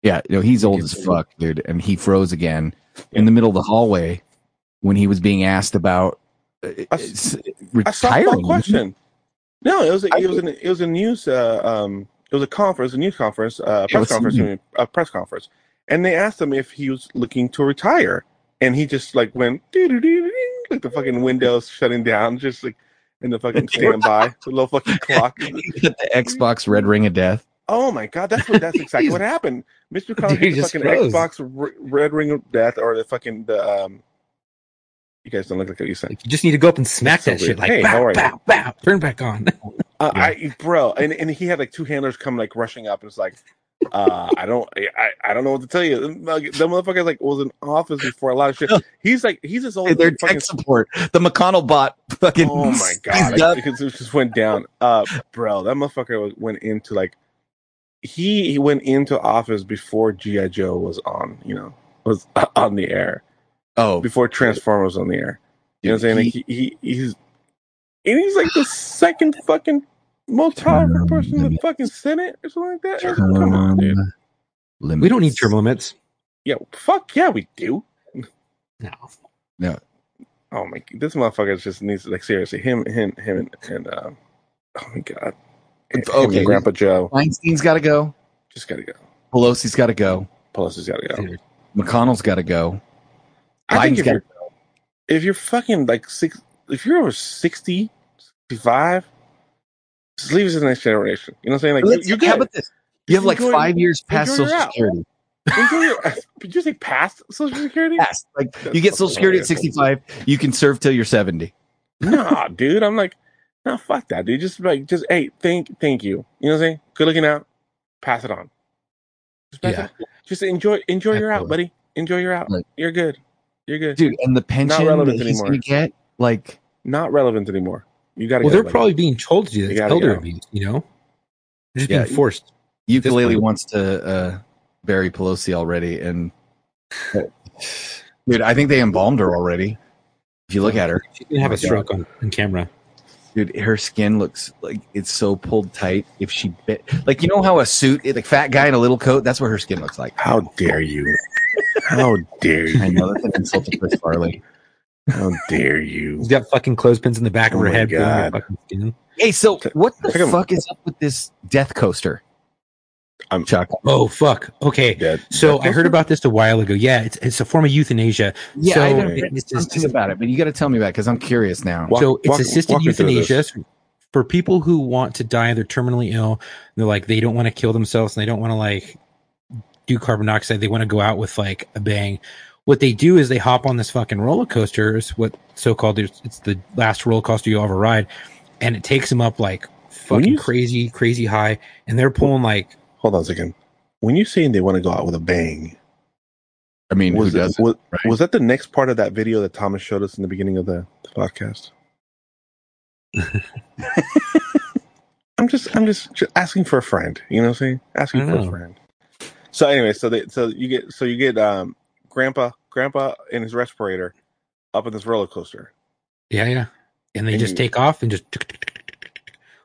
Speaker 4: Yeah, you know, he's old as fuck, dude, and he froze again in the middle of the hallway when he was being asked about uh,
Speaker 3: I
Speaker 4: s-
Speaker 3: s- I saw
Speaker 4: retiring.
Speaker 3: that question. No, it was a, it was an it was a news uh, um it was a conference, a news conference, uh, press
Speaker 4: what's the
Speaker 3: conference, I
Speaker 4: news?
Speaker 3: mean, a press conference, and they asked him if he was looking to retire, and he just like went doo-doo-doo-doo-doo, like the fucking windows shutting down, just like in the
Speaker 5: [LAUGHS]
Speaker 3: fucking standby, the little fucking clock.
Speaker 4: Put the Xbox Red Ring of Death.
Speaker 3: Oh my god, that's what that's exactly what happened.
Speaker 5: [LAUGHS]
Speaker 3: Mr. Collins
Speaker 5: Dude,
Speaker 3: hit the
Speaker 5: just
Speaker 3: fucking
Speaker 5: froze.
Speaker 3: Xbox R- Red Ring of Death or the fucking the um. You guys don't look like what you said.
Speaker 5: Like, you just need to go up and smack
Speaker 3: That's so weird.
Speaker 5: that shit. Like,
Speaker 3: Hey,
Speaker 5: bow,
Speaker 3: how are you?
Speaker 5: bow, bow. Turn back on. [LAUGHS]
Speaker 3: Uh,
Speaker 4: Yeah.
Speaker 3: I, bro, and, and he had like two handlers come like rushing up, and it's like, uh, I don't, I, I don't know what to tell you. Like, the motherfucker like was in office before a lot of shit. He's like, he's this old.
Speaker 4: Their
Speaker 3: fucking-
Speaker 4: tech support, the McConnell bot, fucking. [LAUGHS]
Speaker 3: oh my god,
Speaker 4: seized up.
Speaker 3: like, because it just went down. Uh, bro, that motherfucker was- went into like, he, he went into office before GI Joe was on, you know, was uh, on the air
Speaker 4: Oh,
Speaker 3: before Transformers on the air. You know what I'm saying? Like,
Speaker 4: He-
Speaker 3: he, he he's and he's like the second fucking most powerful person in the fucking Senate or something like that. It's like, Come on, dude.
Speaker 4: Limits.
Speaker 5: We don't need term limits.
Speaker 3: Yeah, fuck yeah, we do.
Speaker 5: No.
Speaker 3: Oh my, this motherfucker just needs like seriously him, him, him, and, and uh, oh my god, Him
Speaker 4: Oh, Okay.
Speaker 3: and Grandpa Joe
Speaker 4: Weinstein's got to go.
Speaker 3: just gotta go.
Speaker 4: Pelosi's got to go.
Speaker 3: Pelosi's gotta go.
Speaker 4: McConnell's got to go.
Speaker 3: I think
Speaker 4: Biden's
Speaker 3: if
Speaker 4: got
Speaker 3: you're, if you're fucking like six, if you're over 60, 65, just leave it to the next generation. You know what I'm saying? Like,
Speaker 4: Let's-
Speaker 3: you, you
Speaker 4: how
Speaker 3: good.
Speaker 4: about this? You have like
Speaker 3: Enjoy-
Speaker 4: five years past
Speaker 3: enjoy your
Speaker 4: Social
Speaker 3: out.
Speaker 4: Security.
Speaker 3: Until you're- [LAUGHS] did you say past Social Security?
Speaker 4: Past, like
Speaker 3: That's
Speaker 4: you get Social
Speaker 3: fucking
Speaker 4: Security
Speaker 3: hilarious.
Speaker 4: at sixty-five, you can serve till you're seventy.
Speaker 3: Nah, dude. I'm like, nah, fuck that, dude. Just like, just hey, thank, thank you. You know what I'm saying? Good looking out. Pass it on. Just, back
Speaker 4: Yeah.
Speaker 3: up. just enjoy enjoy your out,
Speaker 4: Absolutely.
Speaker 3: buddy. Enjoy your out.
Speaker 4: Right.
Speaker 3: You're good. You're good.
Speaker 4: dude. And the pension that
Speaker 3: relevant
Speaker 4: he's
Speaker 3: anymore.
Speaker 4: gonna get, like,
Speaker 3: Not relevant anymore. You got to
Speaker 5: Well,
Speaker 3: go.
Speaker 5: they're
Speaker 3: buddy.
Speaker 5: probably being told to do
Speaker 3: You
Speaker 5: this.
Speaker 3: gotta
Speaker 5: Elder
Speaker 3: go.
Speaker 5: abuse, you know? They're just
Speaker 4: Yeah,
Speaker 5: being forced.
Speaker 4: ukulele
Speaker 5: point.
Speaker 4: wants to uh, bury Pelosi already, and dude, I think they embalmed her already. If you look at her,
Speaker 5: She's going to have
Speaker 4: my
Speaker 5: a stroke on, on camera.
Speaker 4: dude, her skin looks like it's so pulled tight. If she bit, like, you know how a suit, like, fat guy in a little coat, that's what her skin looks like.
Speaker 3: How dare you? How dare you?
Speaker 4: I know that's an insult to Chris Farley.
Speaker 3: How dare you?
Speaker 5: [LAUGHS] She's got fucking clothespins in the back
Speaker 3: Oh
Speaker 5: of her
Speaker 3: my
Speaker 5: head. burning her
Speaker 3: God.
Speaker 5: fucking skin.
Speaker 4: Hey, so what the
Speaker 3: Take a-
Speaker 4: fuck is up with this death coaster?
Speaker 3: I'm-
Speaker 4: Chuck.
Speaker 5: Oh, fuck. Okay.
Speaker 3: Dead.
Speaker 5: So
Speaker 3: Dead
Speaker 5: I heard about this a while ago. Yeah, it's, it's a form of euthanasia.
Speaker 4: Yeah,
Speaker 5: so
Speaker 4: I know
Speaker 5: it's just-
Speaker 4: something about it, but you got to tell me about because I'm curious now.
Speaker 3: Walk-
Speaker 5: so it's
Speaker 3: walk-
Speaker 5: assisted
Speaker 3: walk me through
Speaker 5: euthanasia
Speaker 3: this.
Speaker 5: so for people who want to die. They're terminally ill. They're like they don't want to kill themselves and they don't want to like do carbon dioxide. They want to go out with like a bang. What they do is they hop on this fucking roller coaster. It's what so called it's it's the last roller coaster you'll ever ride, and it takes them up like fucking
Speaker 3: you-
Speaker 5: crazy, crazy high, and they're pulling like
Speaker 3: Hold on a second. When you saying they want to go out with a bang,
Speaker 4: I mean, who
Speaker 3: was, it-
Speaker 4: does?
Speaker 3: was,
Speaker 4: right?
Speaker 3: was that the next part of that video that Thomas showed us in the beginning of the, the
Speaker 4: [LAUGHS]
Speaker 3: podcast? I'm just, I'm just, ju- asking for a friend. You know what I'm saying? Asking
Speaker 5: I
Speaker 3: for a
Speaker 4: Oh.
Speaker 5: know.
Speaker 3: friend. So anyway, so they, so you get, so you get, um, grandpa, grandpa in his respirator up in this roller coaster.
Speaker 5: yeah, yeah, and they
Speaker 3: And
Speaker 5: just
Speaker 3: you-
Speaker 5: take off and just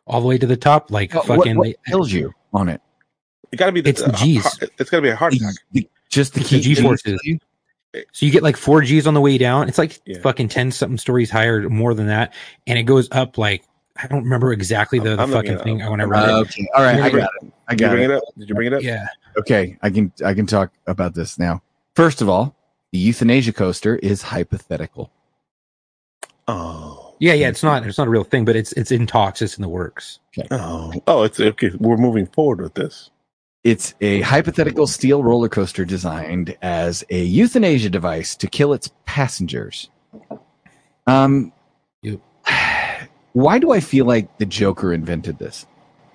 Speaker 5: all the way to the top like
Speaker 4: What-
Speaker 5: fucking.
Speaker 4: what,
Speaker 5: they-
Speaker 4: kills you on it?
Speaker 3: It got to be the,
Speaker 5: It's the
Speaker 3: a-
Speaker 5: G's.
Speaker 3: a- it's got to be a heart attack.
Speaker 4: The- just the
Speaker 5: It's the
Speaker 4: key
Speaker 5: G forces. So you get like four G's on the way down. It's like
Speaker 3: Yeah.
Speaker 5: fucking ten something stories higher, more than that, and it goes up like I don't remember exactly the, the
Speaker 3: I'm looking
Speaker 5: fucking
Speaker 3: it
Speaker 5: thing.
Speaker 3: up.
Speaker 5: I want to
Speaker 3: I'm
Speaker 5: read
Speaker 3: looking
Speaker 5: it.
Speaker 4: Uh, Okay. All right. I got it. I
Speaker 3: Did you
Speaker 4: got
Speaker 3: bring
Speaker 4: it.
Speaker 3: it up? Did you bring it up?
Speaker 5: Yeah,
Speaker 4: Okay. I can I can talk about this now. First of all, the euthanasia coaster is hypothetical.
Speaker 3: Oh.
Speaker 5: yeah, yeah. It's not it's not a real thing, but it's it's in talks. It's in the works. [LAUGHS]
Speaker 3: Oh, oh, it's okay. We're moving forward with this.
Speaker 4: It's a hypothetical steel roller coaster designed as a euthanasia device to kill its passengers. Um,
Speaker 5: Yep.
Speaker 4: [SIGHS] why do I feel like the Joker invented this?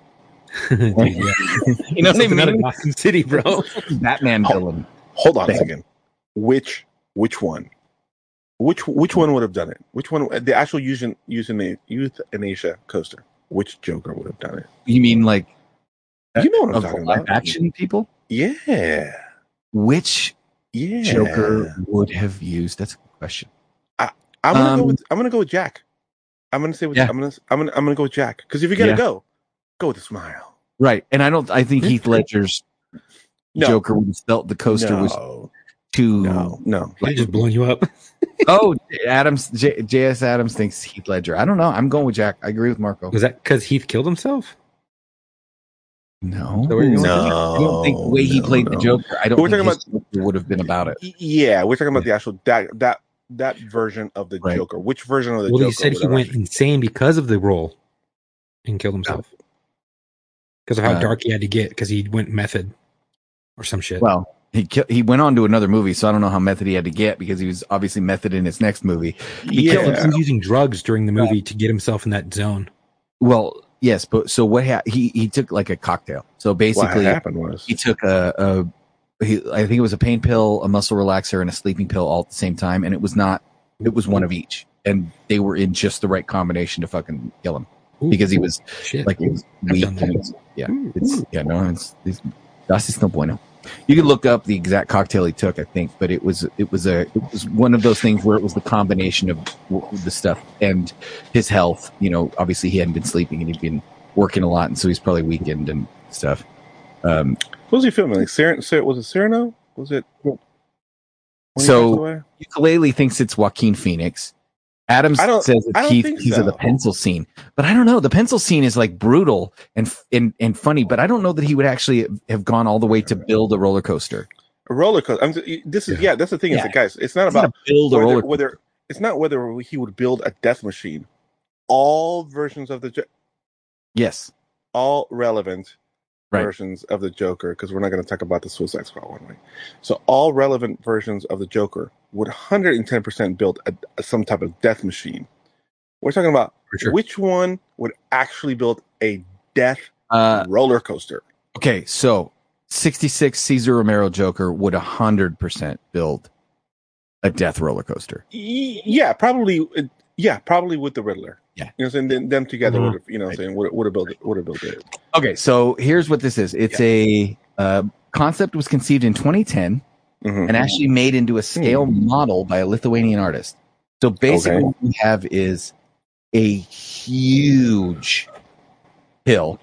Speaker 3: [LAUGHS]
Speaker 5: Dude,
Speaker 4: You know what I
Speaker 5: Something out of
Speaker 4: mean?
Speaker 5: Gotham City, bro.
Speaker 4: Batman
Speaker 3: Oh.
Speaker 4: villain.
Speaker 3: Hold on a
Speaker 4: Bam.
Speaker 3: second. Which which one? Which which one would have done it? Which one? The actual using using youth in Asia coaster. Which Joker would have done it?
Speaker 4: You mean like
Speaker 3: You know what I'm
Speaker 4: of
Speaker 3: talking
Speaker 4: live
Speaker 3: about?
Speaker 4: action people?
Speaker 3: Yeah,
Speaker 4: Which
Speaker 3: yeah.
Speaker 4: Joker would have used? That's a good question.
Speaker 3: I'm gonna go
Speaker 4: Um,
Speaker 3: with I'm gonna go with Jack. I'm gonna say with,
Speaker 4: Yeah.
Speaker 3: I'm gonna I'm gonna I'm gonna go with Jack because if you're gonna
Speaker 4: Yeah.
Speaker 3: go, go with a smile.
Speaker 4: Right. And I don't I think Heath Ledger's
Speaker 3: No.
Speaker 4: Joker would have felt the coaster
Speaker 3: no,
Speaker 4: was too [LAUGHS]
Speaker 3: no no.
Speaker 5: I just blowing you up.
Speaker 4: Oh, Adams J, JS Adams thinks Heath Ledger. I don't know. I'm going with Jack. I agree with Marco.
Speaker 5: Was that because Heath killed himself?
Speaker 4: No.
Speaker 5: So we're-
Speaker 4: I don't think the way he
Speaker 3: no,
Speaker 4: played the
Speaker 3: no.
Speaker 4: Joker, I don't
Speaker 3: But we're
Speaker 4: think
Speaker 3: talking
Speaker 4: his Joker would have been about it.
Speaker 3: Y- Yeah, we're talking about the actual that that that version of the
Speaker 4: Right.
Speaker 3: Joker. Which version of the
Speaker 5: Well,
Speaker 3: Joker?
Speaker 5: they said
Speaker 3: would
Speaker 5: he
Speaker 3: have
Speaker 5: went
Speaker 3: actually-
Speaker 5: insane because of the role and killed himself because of how
Speaker 4: Uh,
Speaker 5: dark he had to get because he went method or some shit.
Speaker 4: Well, he ki- he went on to another movie, so I don't know how method he had to get because he was obviously method in his next movie.
Speaker 5: He killed
Speaker 3: Yeah,
Speaker 5: himself. He's using drugs during the movie to get himself in that zone.
Speaker 4: Well, yes, but so what? Ha- he he took like a cocktail. So
Speaker 3: what
Speaker 4: basically,
Speaker 3: happened was
Speaker 4: he took a, a he, I think it was a pain pill, a muscle relaxer, and a sleeping pill all at the same time, and it was not. It was one of each, and they were in just the right combination to fucking kill him
Speaker 5: Ooh,
Speaker 4: because he was
Speaker 5: shit.
Speaker 4: like he was weak.
Speaker 5: done that.
Speaker 4: and it's- yeah, it's yeah, no, it's, it's that's just no bueno. You can look up the exact cocktail he took, I think, but it was it was a it was one of those things where it was the combination of w- the stuff and his health. You know, obviously he hadn't been sleeping and he'd been working a lot, and so he's probably weakened and stuff. Um,
Speaker 3: what was he filming? Like Ser- Ser- was it Sereno? Was it when he
Speaker 4: So-
Speaker 3: passed away?
Speaker 4: ukulele thinks it's Joaquin Phoenix. Adams
Speaker 3: I don't-
Speaker 4: says
Speaker 3: I
Speaker 4: it's
Speaker 3: don't
Speaker 4: Keith
Speaker 3: think
Speaker 4: because of
Speaker 3: so.
Speaker 4: the pencil scene, but I don't know. The pencil scene is like brutal and and and funny, but I don't know that he would actually have gone all the way to build a roller coaster.
Speaker 3: A roller coaster. I'm just, this is yeah. That's the thing is
Speaker 4: Yeah.
Speaker 3: that guys, it's not
Speaker 4: It's not
Speaker 3: about
Speaker 4: a build a roller
Speaker 3: whether,
Speaker 4: coaster.
Speaker 3: whether it's not whether he would build a death machine. All versions of the Jo-
Speaker 4: Yes,
Speaker 3: all relevant
Speaker 4: Right.
Speaker 3: versions of the Joker, because we're not going to talk about the Suicide Squad one way. So all relevant versions of the Joker would 110% build a, a- some type of death machine. We're talking about
Speaker 5: For sure.
Speaker 3: which one would actually build a death
Speaker 4: uh,
Speaker 3: roller coaster.
Speaker 4: Okay, so 66 Caesar Romero Joker would 100% build a death roller coaster.
Speaker 3: Y- Yeah, probably. uh, Yeah, probably with the Riddler.
Speaker 4: Yeah.
Speaker 3: you know, what I'm saying them, them together.
Speaker 5: Mhm.
Speaker 3: Would have, you know, what I'm saying would would have built it. Would have built it.
Speaker 4: Okay, so here's what this is it's a uh, concept was conceived in 2010
Speaker 3: Mhm.
Speaker 4: and actually made into a scale model by a Lithuanian artist. So basically,
Speaker 3: Hmm. Okay.
Speaker 4: what we have is a huge hill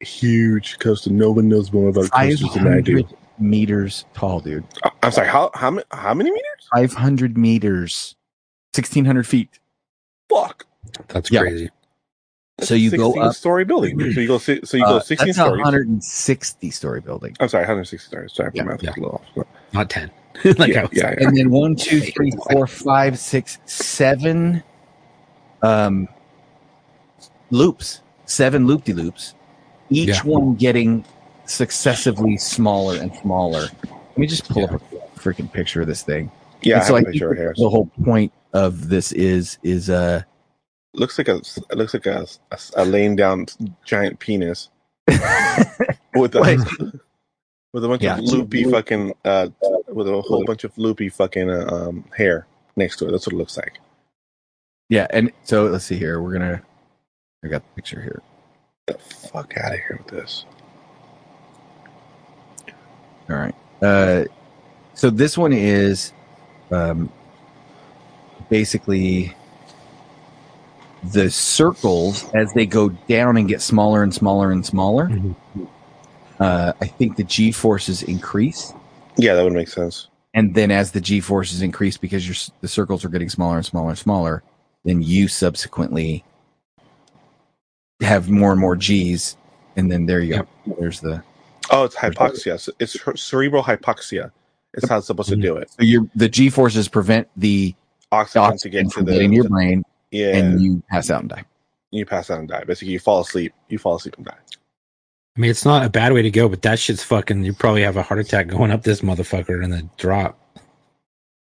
Speaker 3: Huge coaster. No one knows more about coasters than I do.
Speaker 4: 500 meters tall, dude.
Speaker 3: I- Uh, I'm sorry. How how many how many meters?
Speaker 4: 500 meters, 1600 feet.
Speaker 3: Fuck.
Speaker 5: That's
Speaker 4: Yeah.
Speaker 5: crazy.
Speaker 4: So you go up.
Speaker 3: story
Speaker 4: [CLEARS THROAT]
Speaker 3: building. So you go si- so you go
Speaker 4: uh,
Speaker 3: sixteen
Speaker 4: that's a
Speaker 3: stories.
Speaker 4: 160 story building.
Speaker 3: I'm sorry, 160 stories. Sorry,
Speaker 4: Yeah,
Speaker 3: my math was a little off.
Speaker 4: [LAUGHS]
Speaker 5: Not ten. [LAUGHS] like
Speaker 3: yeah,
Speaker 5: I was
Speaker 3: yeah, yeah.
Speaker 4: And then one, two, three, four, five, six, seven um, loops, seven loop de loops, each
Speaker 5: Yeah.
Speaker 4: one getting successively smaller and smaller. Let me just pull
Speaker 5: Yeah.
Speaker 4: up a freaking picture of this thing.
Speaker 3: Yeah, I
Speaker 4: And
Speaker 3: have
Speaker 4: so
Speaker 3: a
Speaker 4: I
Speaker 3: picture
Speaker 4: think
Speaker 3: right here.
Speaker 4: the whole point of this is is uh
Speaker 3: looks like a it looks like a, a, a laying down giant
Speaker 4: [LAUGHS]
Speaker 3: penis with a [LAUGHS] with a bunch
Speaker 4: Yeah.
Speaker 3: of loopy fucking uh with a whole bunch of loopy fucking uh, um hair next to it. That's what it looks like.
Speaker 4: yeah, and so let's see here. We're gonna I got the picture here.
Speaker 3: Get the fuck out of here with this.
Speaker 4: All right. Uh, so this one is um, basically the circles as they go down and get smaller and smaller and smaller.
Speaker 5: Mhm.
Speaker 4: Uh, I think the G forces increase.
Speaker 3: Yeah, that would make sense.
Speaker 4: And then as the G forces increase because your, s- the circles are getting smaller and smaller and smaller, then you subsequently have more and more G's. And then there you go. There's the.
Speaker 3: Oh, it's hypoxia. So It's her- cerebral hypoxia. It's how it's supposed to do it.
Speaker 4: So your the G forces prevent the
Speaker 3: Oxygen, to
Speaker 4: oxygen
Speaker 3: get to
Speaker 4: from getting your
Speaker 3: the
Speaker 4: brain,
Speaker 3: yeah.
Speaker 4: and
Speaker 3: you,
Speaker 4: you pass out and die.
Speaker 3: pass out and die. Basically, you fall asleep. You fall asleep and die.
Speaker 5: I mean, it's not a bad way to go, but that shit's fucking. You probably have a heart attack going up this motherfucker and then drop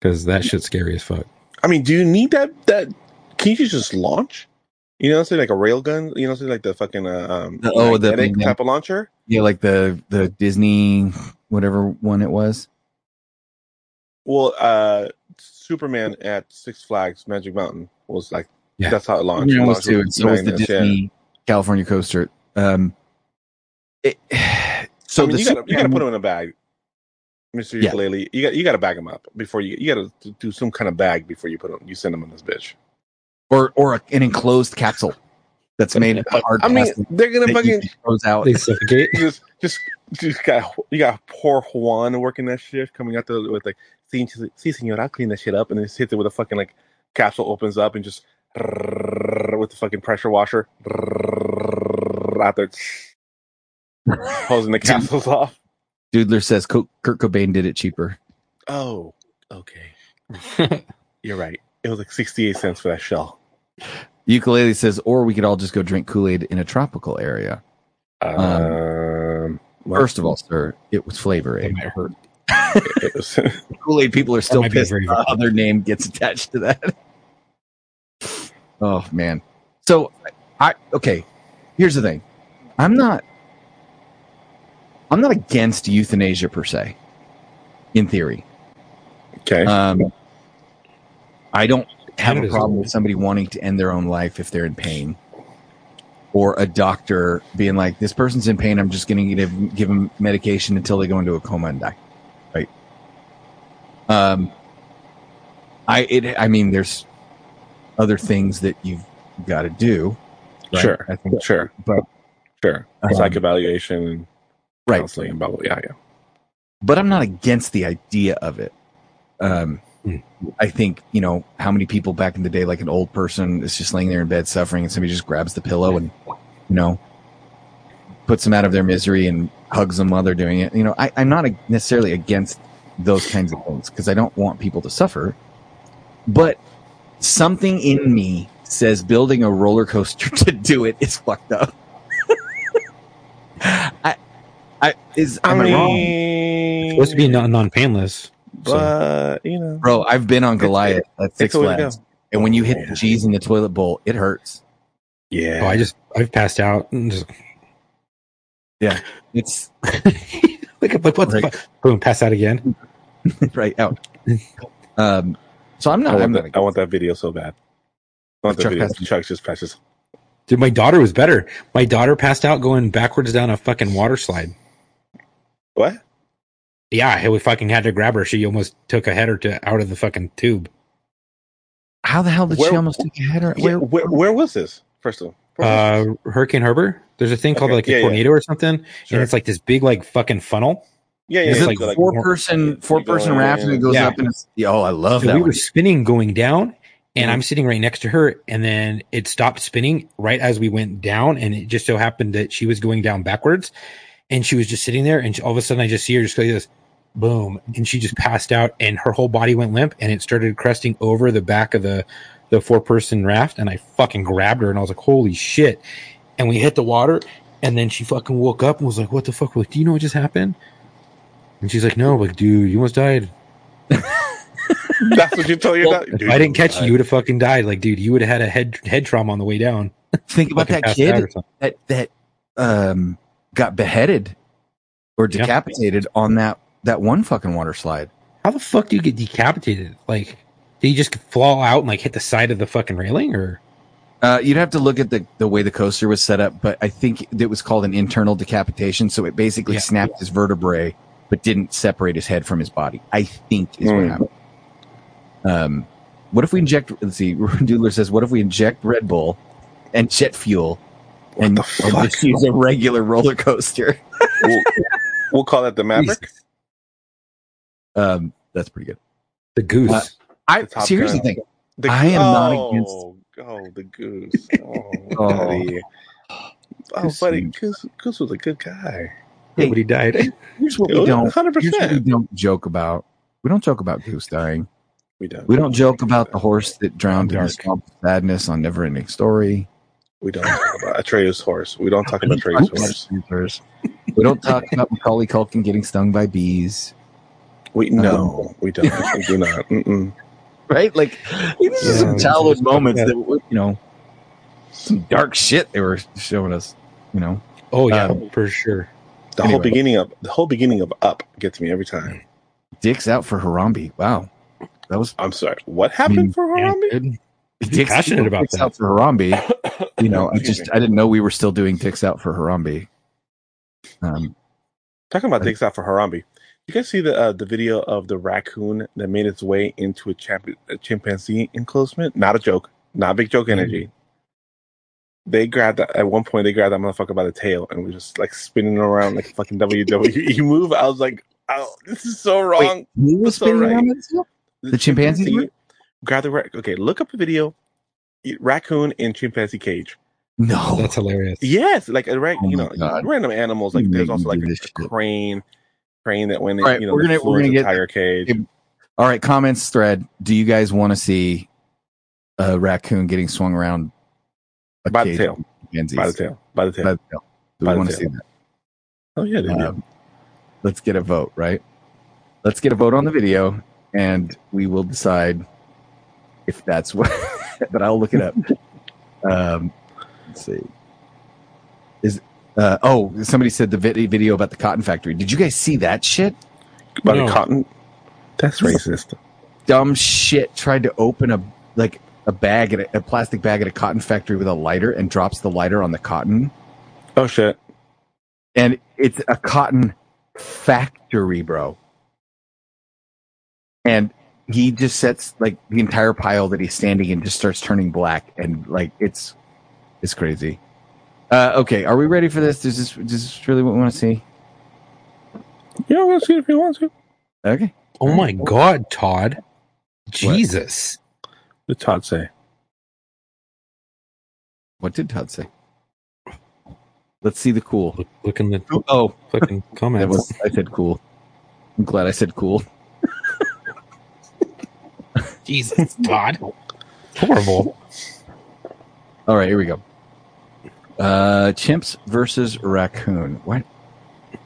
Speaker 5: because that shit's scary as fuck.
Speaker 3: I mean, do you need that? That can you just launch? You know, say like a rail gun. You know, say like the fucking uh, um,
Speaker 4: The- oh, the-
Speaker 3: magnetic type of launcher.
Speaker 4: Yeah, like the the Disney whatever one it was.
Speaker 3: Well, uh, Superman at Six Flags Magic Mountain was like
Speaker 5: Yeah.
Speaker 3: that's how it launched. It
Speaker 4: Everyone was
Speaker 3: launched
Speaker 4: too,
Speaker 3: with
Speaker 4: and so was the
Speaker 3: magnets, yeah.
Speaker 4: Disney California coaster. Um, it, [SIGHS] so
Speaker 3: I mean, you gotta
Speaker 4: the
Speaker 3: you gotta
Speaker 4: Superman-
Speaker 3: put him in a bag, Mister
Speaker 4: Yeah.
Speaker 3: Ukulele. You got you gotta bag him up before you you gotta d- do some kind of bag before you put him. You send him in this bitch.
Speaker 4: or or a, an enclosed capsule that's made of hard
Speaker 3: I mean,
Speaker 4: plastic
Speaker 3: they're gonna
Speaker 4: that you
Speaker 3: fucking
Speaker 4: throws out.
Speaker 5: They suffocate.
Speaker 3: just just just got you got poor Juan working that shift coming out there with like see, see senor, I'll clean that shit up and then just hits it with a fucking like capsule opens up and just with the fucking pressure washer out there hosing the capsules off.
Speaker 4: Doodler says Co- Kurt Cobain did it cheaper.
Speaker 3: Oh, okay. You're right. It was like sixty eight cents for that shell.
Speaker 4: Ukulele says, or we could all just go drink Kool Aid in a tropical area.
Speaker 3: Um, well,
Speaker 4: First of all, sir, it was Flavor
Speaker 5: It
Speaker 4: Aid.
Speaker 5: might hurt.
Speaker 3: it was-
Speaker 4: Kool Aid people are still
Speaker 5: might be a
Speaker 4: pissed.
Speaker 5: very
Speaker 4: The other name gets attached to that. oh man. So I okay. Here's the thing. I'm not. I'm not against euthanasia per se. In theory,
Speaker 3: okay.
Speaker 4: um, I don't have a
Speaker 5: Canada's
Speaker 4: problem
Speaker 5: not-
Speaker 4: with somebody wanting to end their own life if they're in pain, or a doctor being like, "This person's in pain. I'm just going to give give them medication until they go into a coma and die." Right. Um. I it I mean, there's other things that you've got to do. right?
Speaker 3: Sure.
Speaker 4: I think.
Speaker 3: sure.
Speaker 4: but-
Speaker 3: sure.
Speaker 4: Um,
Speaker 3: Psych evaluation and
Speaker 4: Right.
Speaker 3: counseling and blah blah. Yeah, yeah.
Speaker 4: but I'm not against the idea of it. Um,
Speaker 5: Hmm.
Speaker 4: I think you know how many people back in the day, like an old person is just laying there in bed suffering, and somebody just grabs the pillow and you know puts them out of their misery and hugs them while they're doing it. You know, I, I'm not ag- necessarily against those kinds of things because I don't want people to suffer, but something in me says building a roller coaster [LAUGHS] to do it is fucked up. [LAUGHS] I, I is am I wrong?
Speaker 3: mean,
Speaker 5: supposed to be non non painless. So
Speaker 3: but you know,
Speaker 4: Bro, I've been on Goliath at
Speaker 3: it's
Speaker 4: Six
Speaker 3: a way to go.
Speaker 4: Flags, and when you hit the G's in the toilet bowl, it hurts.
Speaker 3: Yeah,
Speaker 5: oh, I just I've passed out. And just,
Speaker 4: Yeah, it's [LAUGHS]
Speaker 5: Look at like, what the
Speaker 4: Right.
Speaker 5: fuck? Boom, pass out again.
Speaker 4: right out. Um, so I'm
Speaker 3: I
Speaker 4: not. I'm
Speaker 3: want,
Speaker 4: not
Speaker 3: that, I want that video so bad. I want that
Speaker 4: Chuck
Speaker 3: video.
Speaker 4: Pastor.
Speaker 3: Chuck just passes.
Speaker 5: Dude, my daughter was better. My daughter passed out going backwards down a fucking water slide.
Speaker 3: What?
Speaker 5: Yeah, we fucking had to grab her. She almost took a header to out of the fucking tube.
Speaker 4: how the hell did
Speaker 3: Where-
Speaker 4: she almost take a header?
Speaker 3: Yeah,
Speaker 4: Where,
Speaker 3: where, where was this? First of all, Where was
Speaker 5: Uh, Hurricane Harbor. There's a thing called
Speaker 3: Okay,
Speaker 5: like
Speaker 3: yeah,
Speaker 5: a
Speaker 3: yeah.
Speaker 5: tornado or something,
Speaker 3: this? Sure.
Speaker 5: and it's like this big like fucking funnel.
Speaker 3: yeah, yeah,
Speaker 4: is
Speaker 5: it's
Speaker 3: yeah,
Speaker 4: it
Speaker 5: like
Speaker 4: like,
Speaker 3: so,
Speaker 4: four person four person
Speaker 3: Yeah,
Speaker 4: raft and it goes
Speaker 5: yeah.
Speaker 4: up and it's yeah, oh I love
Speaker 5: So
Speaker 4: that one.
Speaker 5: we
Speaker 4: Mm-hmm.
Speaker 5: were spinning going down, and I'm sitting right next to her, and then it stopped spinning right as we went down, and it just so happened that she was going down backwards, and she was just sitting there, and she- all of a sudden I just see her just go like this, boom, and she just passed out, and her whole body went limp, and it started cresting over the back of the the four person raft, and I fucking grabbed her, and I was like, holy shit, and we hit the water, and then she fucking woke up and was like, what the fuck? We're like, do you know what just happened? And she's like, no, I'm like, dude, you almost died.
Speaker 3: That's what you
Speaker 4: [LAUGHS]
Speaker 3: told your dog.
Speaker 5: If I didn't catch you, you would have fucking died. Like, dude, you would have had a head head trauma on the way down.
Speaker 4: Think about
Speaker 5: Fucking
Speaker 4: that
Speaker 5: passed out
Speaker 4: kid
Speaker 5: or something.
Speaker 4: that that um got beheaded or
Speaker 5: Yeah.
Speaker 4: decapitated on that that one fucking water slide.
Speaker 5: How the fuck do you get decapitated? Like, did you just fall out and like hit the side of the fucking railing, or
Speaker 4: Uh, you'd have to look at the, the way the coaster was set up, but I think it was called an internal decapitation. So it basically
Speaker 5: Yeah.
Speaker 4: snapped his vertebrae, but didn't separate his head from his body. I think is what
Speaker 3: Mm.
Speaker 4: happened. Um, what if we inject? Let's see. [LAUGHS] Doodler says, "What if we inject Red Bull and jet fuel, and,
Speaker 3: the
Speaker 4: [LAUGHS] and
Speaker 3: fuck?
Speaker 4: just use a regular roller coaster?" [LAUGHS]
Speaker 3: we'll, we'll call that the Maverick.
Speaker 4: Um, that's pretty good.
Speaker 5: the goose?
Speaker 4: Uh, I
Speaker 3: The Top
Speaker 4: see. Here's the
Speaker 3: Gun.
Speaker 4: thing.
Speaker 3: The,
Speaker 4: I am not
Speaker 3: oh, Oh, the
Speaker 4: [LAUGHS]
Speaker 3: goose. Oh,
Speaker 4: Oh. [GASPS]
Speaker 3: buddy. Oh,
Speaker 4: Goose
Speaker 3: buddy,
Speaker 4: meat.
Speaker 3: Goose, Goose was a good guy.
Speaker 5: Nobody died. [LAUGHS]
Speaker 4: Here's what we don't.
Speaker 3: Hundred
Speaker 4: Here's what we
Speaker 3: percent.
Speaker 4: don't joke about. We don't joke about goose dying.
Speaker 3: We don't.
Speaker 4: We don't joke about the horse that drowned in the
Speaker 5: Dark.
Speaker 4: swamp of sadness on Never Ending Story.
Speaker 3: We don't talk about Atreus' horse.
Speaker 4: [LAUGHS]
Speaker 3: We don't talk about Atreus' horse.
Speaker 4: We don't talk about Macaulay Culkin getting stung by bees,
Speaker 3: We no, we don't. We do not. Mm-mm.
Speaker 4: right? Like these are
Speaker 3: Yeah,
Speaker 4: some
Speaker 3: we
Speaker 4: childhood moments
Speaker 5: that.
Speaker 4: that were, you know some dark shit they were showing us. You know,
Speaker 5: Oh yeah,
Speaker 4: Um,
Speaker 5: for sure.
Speaker 3: The whole
Speaker 4: Anyway.
Speaker 3: beginning of the whole beginning of Up gets me every time.
Speaker 4: dicks out for Harambe. Wow, that was
Speaker 3: I'm sorry. What happened
Speaker 4: mean,
Speaker 3: for
Speaker 5: Yeah,
Speaker 3: Harambe?
Speaker 5: dude.
Speaker 4: dicks,
Speaker 5: passionate about
Speaker 4: dicks
Speaker 5: that.
Speaker 4: out for Harambe. You know, I
Speaker 3: Excuse
Speaker 4: just
Speaker 3: me.
Speaker 4: I didn't know we were still doing dicks out for Harambe. Um,
Speaker 3: talking about dicks out for Harambe. You guys see the uh, the video of the raccoon that made its way into a, champ- a chimpanzee enclosement? Not a joke. Not big joke energy. They grabbed at one point. They grabbed that motherfucker by the tail and was just like spinning around like a fucking WWE move. I was like, oh, this is so wrong.
Speaker 4: who was
Speaker 3: It's all
Speaker 4: spinning
Speaker 3: right.
Speaker 4: around itself?
Speaker 3: the,
Speaker 4: chimpanzee were?
Speaker 3: Grab the rac- okay. Look up a video. Raccoon in chimpanzee cage.
Speaker 4: No,
Speaker 5: That's hilarious.
Speaker 3: Yes, like a rac-
Speaker 4: Oh
Speaker 3: you
Speaker 4: my
Speaker 3: know
Speaker 4: God.
Speaker 3: random animals.
Speaker 4: You
Speaker 3: Like
Speaker 4: make
Speaker 3: there's
Speaker 4: me
Speaker 3: also like
Speaker 4: do
Speaker 3: a,
Speaker 4: this
Speaker 3: a
Speaker 4: shit.
Speaker 3: crane, crane that went in.
Speaker 4: All right,
Speaker 3: you know,
Speaker 4: we're
Speaker 3: the
Speaker 4: gonna-
Speaker 3: floor
Speaker 4: we're
Speaker 3: of
Speaker 4: gonna
Speaker 3: the
Speaker 4: get-
Speaker 3: tiger cage.
Speaker 4: All right, comments thread. Do you guys want to see a raccoon getting swung around a
Speaker 3: By the
Speaker 4: cage
Speaker 3: tail.
Speaker 4: of chimpanzees?
Speaker 3: By the tail. By the tail.
Speaker 4: By the tail. Do
Speaker 3: By
Speaker 4: we
Speaker 3: the
Speaker 4: want to
Speaker 3: tail.
Speaker 4: see that?
Speaker 3: oh yeah, they do.
Speaker 4: Um, let's get a vote, right? Let's get a vote on the video, and we will decide if that's [LAUGHS] what. but I'll look
Speaker 3: [LAUGHS]
Speaker 4: it up. um, let's see. Is uh, oh somebody said the vid- video about the cotton factory? Did you guys see that shit?
Speaker 3: By the
Speaker 5: No.
Speaker 3: cotton. That's racist.
Speaker 4: dumb shit tried to open a like a bag at a, a plastic bag at a cotton factory with a lighter and drops the lighter on the cotton
Speaker 3: Oh shit.
Speaker 4: and it's a cotton factory bro and he just sets like the entire pile that he's standing in just starts turning black and like it's it's crazy uh okay are we ready for this is this is this really what we want to see
Speaker 3: Yeah, we'll see if you want to.
Speaker 4: okay
Speaker 5: Oh my god, Todd. Jesus.
Speaker 3: What Todd say?
Speaker 4: what did todd say let's see the cool
Speaker 5: Look, look in the
Speaker 4: oh
Speaker 5: fucking comments.
Speaker 4: That was I said cool. I'm glad I said cool.
Speaker 5: [LAUGHS] Jesus, Todd. Horrible. [LAUGHS]
Speaker 4: All right, here we go. Uh chimps versus raccoon. What?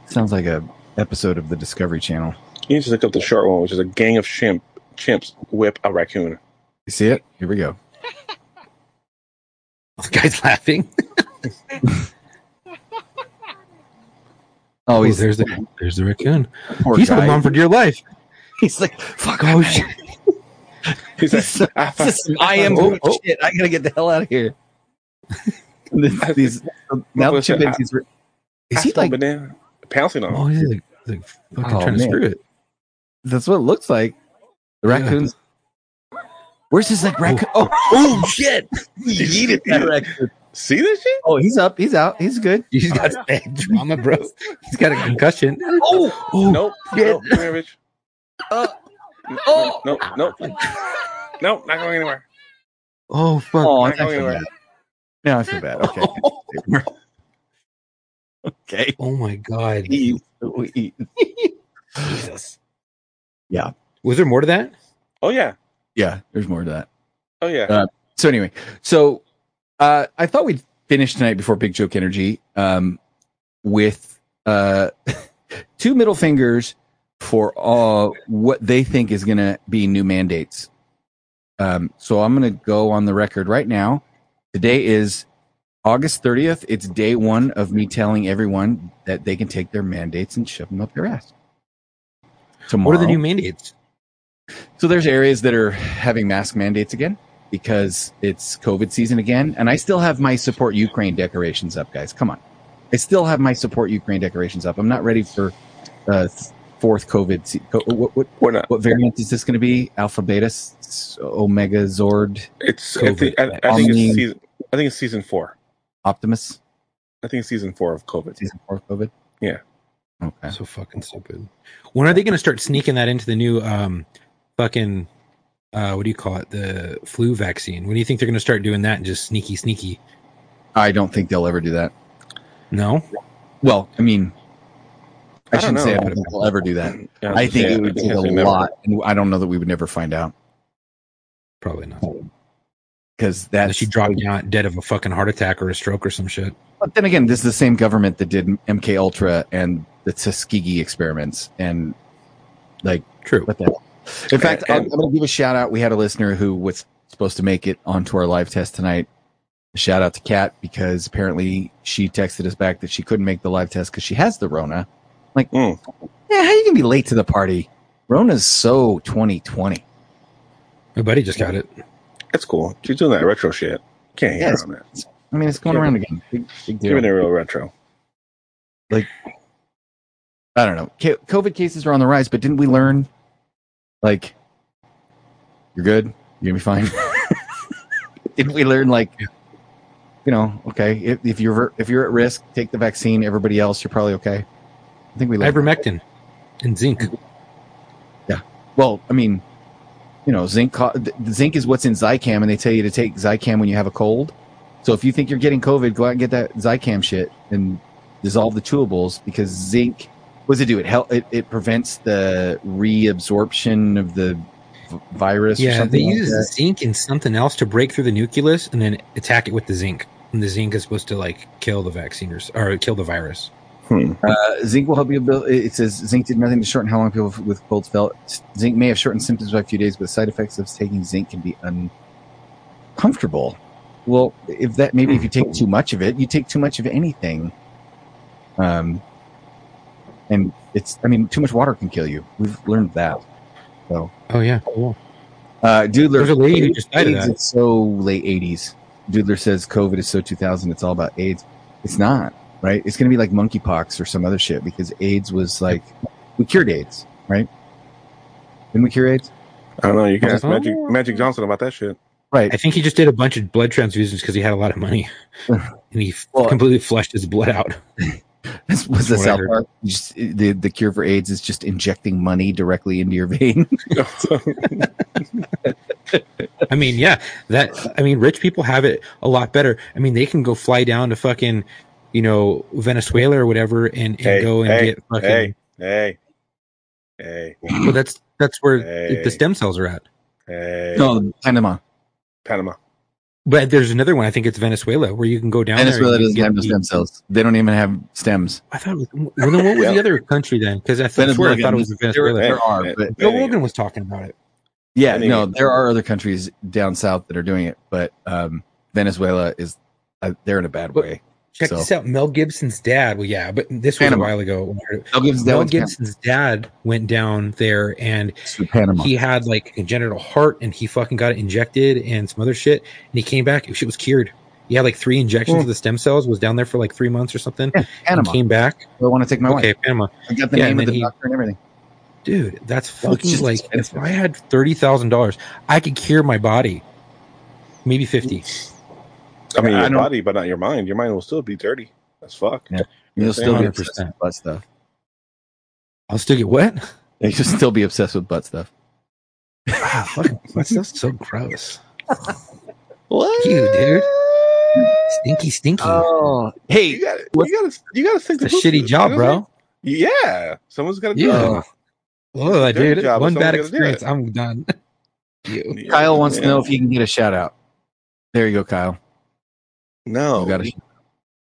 Speaker 4: Sounds like a episode of the Discovery Channel.
Speaker 3: You need to look up the short one, which is a gang of chimp chimps whip a raccoon.
Speaker 4: You see it? Here we go. Oh,
Speaker 5: The guy's laughing.
Speaker 4: Oh,
Speaker 5: Oh,
Speaker 4: he's
Speaker 5: there's the there's the raccoon.
Speaker 4: poor
Speaker 5: he's
Speaker 4: guy.
Speaker 5: holding on for dear life.
Speaker 4: [LAUGHS] He's like, fuck
Speaker 5: Oh
Speaker 4: off.
Speaker 5: shit!
Speaker 3: He's like,
Speaker 4: He's so-
Speaker 3: "Ah, fuck."
Speaker 4: Just, I am
Speaker 5: Oh, oh.
Speaker 4: shit. I gotta get the hell out of here. [LAUGHS] This- these now
Speaker 3: was that?
Speaker 4: chimpanzees. Were, is he
Speaker 3: Pastel
Speaker 4: like?
Speaker 3: banana pouncing on.
Speaker 5: Oh,
Speaker 3: him.
Speaker 5: he's like, he's like fucking
Speaker 4: Oh,
Speaker 5: trying
Speaker 4: man.
Speaker 5: to screw it.
Speaker 4: That's what it looks like. The
Speaker 5: Yeah.
Speaker 4: raccoons. Where's his like raccoon? Oh, oh [LAUGHS] shit! He yeeted [LAUGHS] that raccoon.
Speaker 3: See this shit?
Speaker 4: Oh, he's up. He's out. He's good. He's got
Speaker 5: [LAUGHS]
Speaker 4: bad drama, bro.
Speaker 5: He's got a concussion.
Speaker 4: Oh,
Speaker 5: Oh,
Speaker 3: Nope. Nope. Come here, bitch.
Speaker 4: [LAUGHS] Uh,
Speaker 3: N-
Speaker 4: oh.
Speaker 3: Nope.
Speaker 4: [LAUGHS]
Speaker 3: Nope. Nope. Not going anywhere.
Speaker 5: oh fuck!
Speaker 4: oh,
Speaker 3: Not
Speaker 4: I
Speaker 3: going
Speaker 4: feel
Speaker 3: anywhere.
Speaker 4: bad. Now I [LAUGHS] feel bad. Okay. okay.
Speaker 5: Oh my god!
Speaker 4: Please, please. Jesus.
Speaker 5: Was there more to that?
Speaker 3: Oh yeah.
Speaker 4: Yeah, there's more to that.
Speaker 3: Oh yeah.
Speaker 4: Uh, so anyway, so uh, I thought we'd finish tonight before Big Joke Energy um, with uh, [LAUGHS] two middle fingers for all what they think is going to be new mandates. Um, so I'm going to go on the record right now. Today is August 30th. It's day one of me telling everyone that they can take their mandates and shove them up their ass. Tomorrow,
Speaker 5: What are the new mandates?
Speaker 4: so there's areas that are having mask mandates again because it's COVID season again, and I still have my support Ukraine decorations up, guys. Come on, I still have my support Ukraine decorations up. I'm not ready for uh, th- fourth COVID. Se- co- what, what
Speaker 3: We're not.
Speaker 4: what variant is this going to be? Alpha, beta, s- s- omega, zord,
Speaker 3: It's. I think, I, I think
Speaker 4: Omni-
Speaker 3: it's season. I think it's season four.
Speaker 4: optimus,
Speaker 3: I think it's season four of COVID.
Speaker 4: season four of COVID.
Speaker 3: Yeah.
Speaker 4: Okay.
Speaker 5: So fucking stupid. When are they going to start sneaking that into the new um fucking uh what do you call it? The flu vaccine. When do you think they're going to start doing that and just sneaky sneaky?
Speaker 4: I don't think they'll ever do that.
Speaker 5: No.
Speaker 4: Well, I mean, I,
Speaker 3: I don't
Speaker 4: shouldn't say I
Speaker 3: know.
Speaker 4: don't think they'll ever do that.
Speaker 3: Yeah,
Speaker 4: I think
Speaker 3: yeah,
Speaker 4: it would take a
Speaker 3: it's never-
Speaker 4: lot, and I don't know that we would never find out.
Speaker 5: Probably not.
Speaker 4: because that
Speaker 5: Unless you drop down dead of a fucking heart attack or a stroke or some shit.
Speaker 4: But then again, this is the same government that did MK Ultra and the Tuskegee experiments, and
Speaker 5: True.
Speaker 4: what the hell. In fact,
Speaker 3: And-
Speaker 4: I'm, I'm going to give a shout out. We had a listener who was supposed to make it onto our live test tonight. Shout out to Kat because apparently she texted us back that she couldn't make the live test because she has the Rona. Like,
Speaker 3: Mm.
Speaker 4: yeah, how you gonna be late to the party? Rona's so 2020.
Speaker 5: My buddy just got it.
Speaker 3: That's cool. You're doing that retro shit. Can't hate
Speaker 4: Yes.
Speaker 3: on that.
Speaker 4: I mean, it's going around again. Big, big deal.
Speaker 3: Giving it a real retro.
Speaker 4: I don't know. Ca- COVID cases are on the rise, but didn't we learn? Like, you're good. You're gonna be fine. [LAUGHS] didn't we learn? Like, you know, okay, if, if you're if you're at risk, take the vaccine. Everybody else, you're probably okay. I think we learned.
Speaker 5: Ivermectin and zinc.
Speaker 4: well, I mean, you know, zinc co- th- zinc is what's in Zycam, and they tell you to take Zycam when you have a cold. So if you think you're getting COVID, go out and get that Zycam shit and dissolve the chewables because zinc. What does it do? It help. It, it prevents the reabsorption of the v- virus. or
Speaker 5: Yeah, they
Speaker 4: something like
Speaker 5: use
Speaker 4: that.
Speaker 5: zinc and something else to break through the nucleus and then attack it with the zinc. And the zinc is supposed to like kill the vaccine or, s- or kill the virus.
Speaker 3: Hmm.
Speaker 4: Uh, zinc will help you build. It it says zinc did nothing to shorten how long people f- with colds felt. Zinc may have shortened symptoms by a few days, but side effects of taking zinc can be uncomfortable. Well, if that maybe if you take too much of it, you take too much of anything. Um, and it's I mean, too much water can kill you. We've learned that.
Speaker 5: Oh yeah, cool.
Speaker 4: Uh, Doodler,
Speaker 5: There's a lady who just died of
Speaker 4: AIDS
Speaker 5: that.
Speaker 4: is so late '80s. Doodler says COVID is so 2000. It's all about AIDS. It's not right. It's going to be like monkeypox or some other shit because AIDS was like we cured AIDS, right? Didn't we cure AIDS?
Speaker 3: I don't know. You can
Speaker 5: Oh.
Speaker 3: ask Magic, Magic Johnson about that shit. [LAUGHS]
Speaker 4: Right. [LAUGHS]
Speaker 5: I think he just did a bunch of blood transfusions because he had a lot of money, and he f-
Speaker 4: Well-
Speaker 5: completely flushed his blood out.
Speaker 4: This was the
Speaker 5: That's what I
Speaker 4: South
Speaker 5: heard.
Speaker 4: Park. Just, the the cure for AIDS is just injecting money directly into your [LAUGHS] vein.
Speaker 5: I mean, yeah, that. I mean, rich people have it a lot better. I mean, they can go fly down to fucking, you know, Venezuela or whatever, and, and
Speaker 3: Hey,
Speaker 5: go and
Speaker 3: hey,
Speaker 5: get fucking.
Speaker 3: hey, hey, hey,
Speaker 5: Well, that's that's where
Speaker 3: Hey.
Speaker 5: the stem cells are at.
Speaker 3: hey.
Speaker 4: no, Panama.
Speaker 3: Panama.
Speaker 5: But there's another one. I think it's Venezuela where you can go down. there and
Speaker 4: Venezuela
Speaker 5: you
Speaker 4: doesn't
Speaker 5: get
Speaker 4: have no
Speaker 5: the-
Speaker 4: stem cells. They don't even have stems.
Speaker 5: I thought. It was, well, then what was the other country then? Because I, th- I swear I thought it was Venezuela.
Speaker 4: There are,
Speaker 3: Hey,
Speaker 4: but-
Speaker 3: hey,
Speaker 5: Joe
Speaker 3: hey.
Speaker 5: Rogan was talking about it.
Speaker 4: Yeah,
Speaker 3: Anyway.
Speaker 4: no, there are other countries down south that are doing it, but um, Venezuela is uh, they're in a bad
Speaker 5: But-
Speaker 4: way.
Speaker 5: Check
Speaker 4: So-
Speaker 5: this out. Mel Gibson's dad. Well, yeah, but this was
Speaker 4: Panama.
Speaker 5: a while ago. when I heard it.
Speaker 4: Mel Gibson's dad
Speaker 5: Mel
Speaker 4: went to
Speaker 5: Gibson's dad went down there and
Speaker 4: to Panama.
Speaker 5: he had like congenital heart and he fucking got it injected and some other shit. And he came back. Shit was cured. He had like three injections of the stem cells, was down there for like three months or something.
Speaker 4: Yeah,
Speaker 5: and
Speaker 4: Panama.
Speaker 5: came back.
Speaker 4: I want to take my
Speaker 5: okay,
Speaker 4: wife.
Speaker 5: Panama.
Speaker 4: I got the
Speaker 5: yeah,
Speaker 4: name
Speaker 5: and
Speaker 4: of
Speaker 5: then
Speaker 4: the
Speaker 5: he-
Speaker 4: doctor and everything.
Speaker 5: Dude, that's fucking
Speaker 4: just
Speaker 5: like
Speaker 4: expensive.
Speaker 5: if I had thirty thousand dollars, I could cure my body. Maybe fifty.
Speaker 3: I mean,
Speaker 4: I
Speaker 3: your
Speaker 4: don't-
Speaker 3: body, but not your mind. Your mind will still be dirty. That's fuck.
Speaker 4: Yeah. You'll still be obsessed
Speaker 5: 100%.
Speaker 4: with butt [LAUGHS] stuff.
Speaker 5: I'll still get what?
Speaker 4: You'll still be obsessed with butt stuff.
Speaker 5: Ah, [LAUGHS] fucking, that stuff's so gross. What? You, dude. Stinky, stinky.
Speaker 3: Uh,
Speaker 4: Oh, hey,
Speaker 3: You got to
Speaker 4: What-
Speaker 3: You got to. You got to think.
Speaker 5: it's
Speaker 3: [LAUGHS]
Speaker 5: a shitty job, bro.
Speaker 3: Yeah, someone's got to do it.
Speaker 5: Yeah. Oh,
Speaker 3: dirty
Speaker 5: dude.
Speaker 3: job,
Speaker 5: One
Speaker 3: but someone's
Speaker 5: bad
Speaker 3: gotta do
Speaker 5: experience. I'm done. you.
Speaker 4: Kyle wants to
Speaker 3: Yeah.
Speaker 4: know if he can get a shout out. There you go, Kyle.
Speaker 3: No, Oh,
Speaker 4: You got a,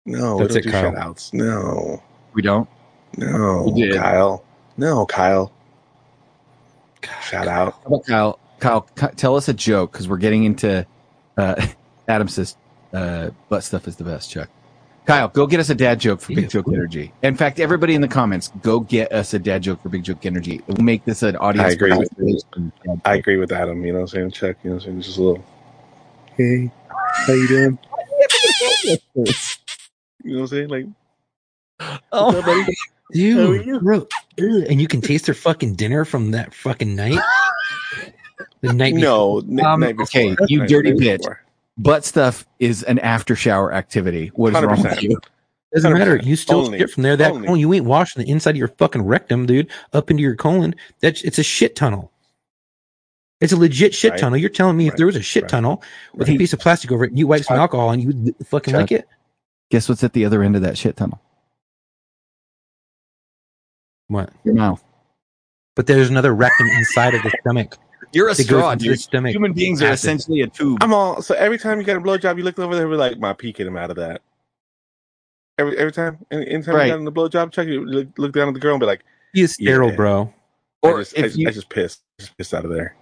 Speaker 3: no,
Speaker 5: That's
Speaker 3: we don't
Speaker 5: it,
Speaker 3: do
Speaker 5: Kyle.
Speaker 3: shout outs. No,
Speaker 4: we don't.
Speaker 3: no,
Speaker 4: You did.
Speaker 3: Kyle. No, Kyle. Shout out.
Speaker 4: How about Kyle? Kyle, c- tell us a joke because we're getting into uh, [LAUGHS] Adam says uh, butt stuff is the best. Chuck, Kyle, go get us a dad joke for
Speaker 5: Yeah.
Speaker 4: Big Joke Energy. In fact, everybody in the comments, go get us a dad joke for Big Joke Energy. We'll make this an audience.
Speaker 3: I agree with you.
Speaker 4: participation.
Speaker 3: I agree with Adam. You know what I'm saying? Check. You know what I'm saying? Just a little. Hey, how you doing? [LAUGHS] you know what I'm saying? Like,
Speaker 4: Oh,
Speaker 5: [LAUGHS] Dude, bro. Ugh, And you can taste their fucking dinner from that
Speaker 3: [LAUGHS]
Speaker 5: fucking night? the night before.
Speaker 3: no, n-
Speaker 4: Um,
Speaker 3: night before.
Speaker 4: okay, you
Speaker 3: Night-
Speaker 4: dirty
Speaker 3: night
Speaker 4: bitch.
Speaker 3: before.
Speaker 4: butt stuff is an after shower activity. What is wrong with
Speaker 3: 100%.
Speaker 4: you?
Speaker 5: Doesn't matter.
Speaker 3: 100%.
Speaker 5: You still
Speaker 3: Only.
Speaker 5: spit from there. That
Speaker 3: Only.
Speaker 5: colon, you ain't washing the inside of your fucking rectum, dude, up into your colon. That's it's a shit tunnel. It's a legit shit
Speaker 3: Right.
Speaker 5: tunnel. You're telling me if
Speaker 3: Right.
Speaker 5: there was a shit
Speaker 3: Right.
Speaker 5: tunnel with a
Speaker 4: Right.
Speaker 5: piece of plastic over it, and you wipe some
Speaker 4: Chuck.
Speaker 5: alcohol and you d- fucking
Speaker 4: Chuck.
Speaker 5: like it?
Speaker 4: Guess what's at the other end of that shit tunnel?
Speaker 5: What?
Speaker 4: Your mouth.
Speaker 5: But there's another rectum inside of the stomach.
Speaker 4: You're
Speaker 5: It goes into the stomach.
Speaker 4: Human beings are
Speaker 5: Acid.
Speaker 4: essentially a tube.
Speaker 3: I'm all so every time you got a blowjob, you look over there and be like, "My pee came out of that." Every every time, any, anytime
Speaker 4: Right.
Speaker 3: you got in the blowjob check, you look, look down at the girl and be like,
Speaker 5: He is sterile,
Speaker 3: Yeah.
Speaker 5: bro.
Speaker 4: Or
Speaker 3: "I just, I,
Speaker 4: if
Speaker 3: just-
Speaker 4: you-
Speaker 3: I just pissed, just pissed out of there."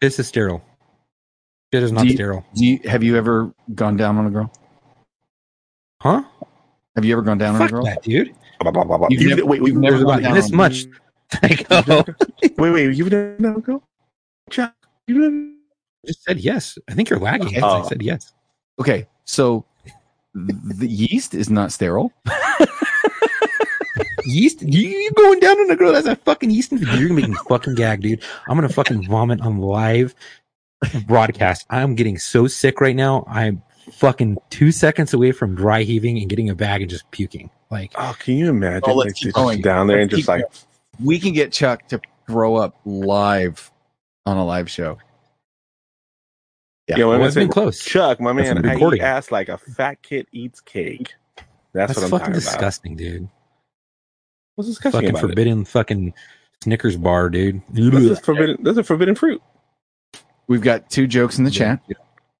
Speaker 5: This is sterile. Shit is not
Speaker 4: Do you-
Speaker 5: sterile.
Speaker 4: Do you, have you ever gone down on a girl?
Speaker 5: Huh?
Speaker 4: Have you ever gone down on
Speaker 5: Fuck
Speaker 4: a girl?
Speaker 5: that, dude. [LAUGHS]
Speaker 3: Blah, blah, blah, blah.
Speaker 4: You've
Speaker 3: You've
Speaker 4: never-
Speaker 3: ne- wait, wait,
Speaker 4: you've never
Speaker 5: There's
Speaker 4: gone
Speaker 5: about
Speaker 4: down
Speaker 5: this
Speaker 4: on-
Speaker 5: much. I go.
Speaker 4: [LAUGHS]
Speaker 3: wait, wait, you've never done a girl blowjob? You never-
Speaker 5: just said yes. I think you're lagging. I
Speaker 3: Oh.
Speaker 5: said yes.
Speaker 4: Okay, so the yeast is not sterile.
Speaker 5: Yeast, you, you going down on a girl that's a fucking yeast? infection. You're gonna make me fucking gag, dude. I'm gonna fucking vomit on live broadcast. I'm getting so sick right now. I'm fucking two seconds away from dry heaving and getting a bag and just puking. Like,
Speaker 3: Oh, can you imagine?
Speaker 4: Oh, let's
Speaker 3: like,
Speaker 4: keep
Speaker 3: just
Speaker 4: going.
Speaker 3: down there and
Speaker 4: Let's
Speaker 3: just like,
Speaker 4: We can get Chuck to throw up live on a live show. Yeah.
Speaker 3: you know,
Speaker 5: well,
Speaker 3: when I
Speaker 5: it's been
Speaker 3: said,
Speaker 5: close.
Speaker 3: Chuck, my
Speaker 5: That's
Speaker 3: man,
Speaker 5: been
Speaker 3: I eat
Speaker 5: recording.
Speaker 3: ass like a fat kid eats cake. That's,
Speaker 5: That's,
Speaker 3: what I'm
Speaker 5: fucking
Speaker 3: talking about.
Speaker 5: disgusting, dude.
Speaker 3: What's disgusting
Speaker 5: Fucking
Speaker 3: about it?
Speaker 5: forbidden, fucking Snickers
Speaker 3: [LAUGHS]
Speaker 5: bar, dude.
Speaker 3: This is forbidden. This is forbidden fruit.
Speaker 4: We've got two jokes in the chat.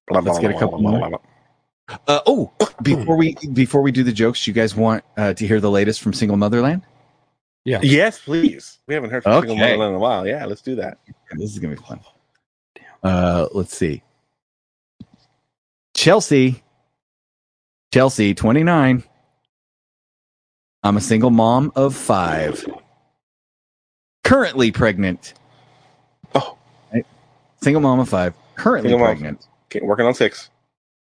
Speaker 3: Blah,
Speaker 4: Let's
Speaker 3: blah,
Speaker 4: get a
Speaker 3: blah,
Speaker 4: couple
Speaker 3: blah,
Speaker 4: more.
Speaker 3: blah, blah,
Speaker 4: Uh, oh, before we before we do the jokes, you guys want uh, to hear the latest from Single Motherland?
Speaker 3: blah. Yes, please. We haven't heard from single
Speaker 4: Okay.
Speaker 3: mother in a while. Yeah, let's do that.
Speaker 4: This is gonna be fun. Uh, let's see. Chelsea, Chelsea, twenty nine. I'm a single mom of five, currently pregnant.
Speaker 3: Oh.
Speaker 4: Right? single mom of five, currently
Speaker 3: Single mom.
Speaker 4: pregnant.
Speaker 3: Okay, working on six.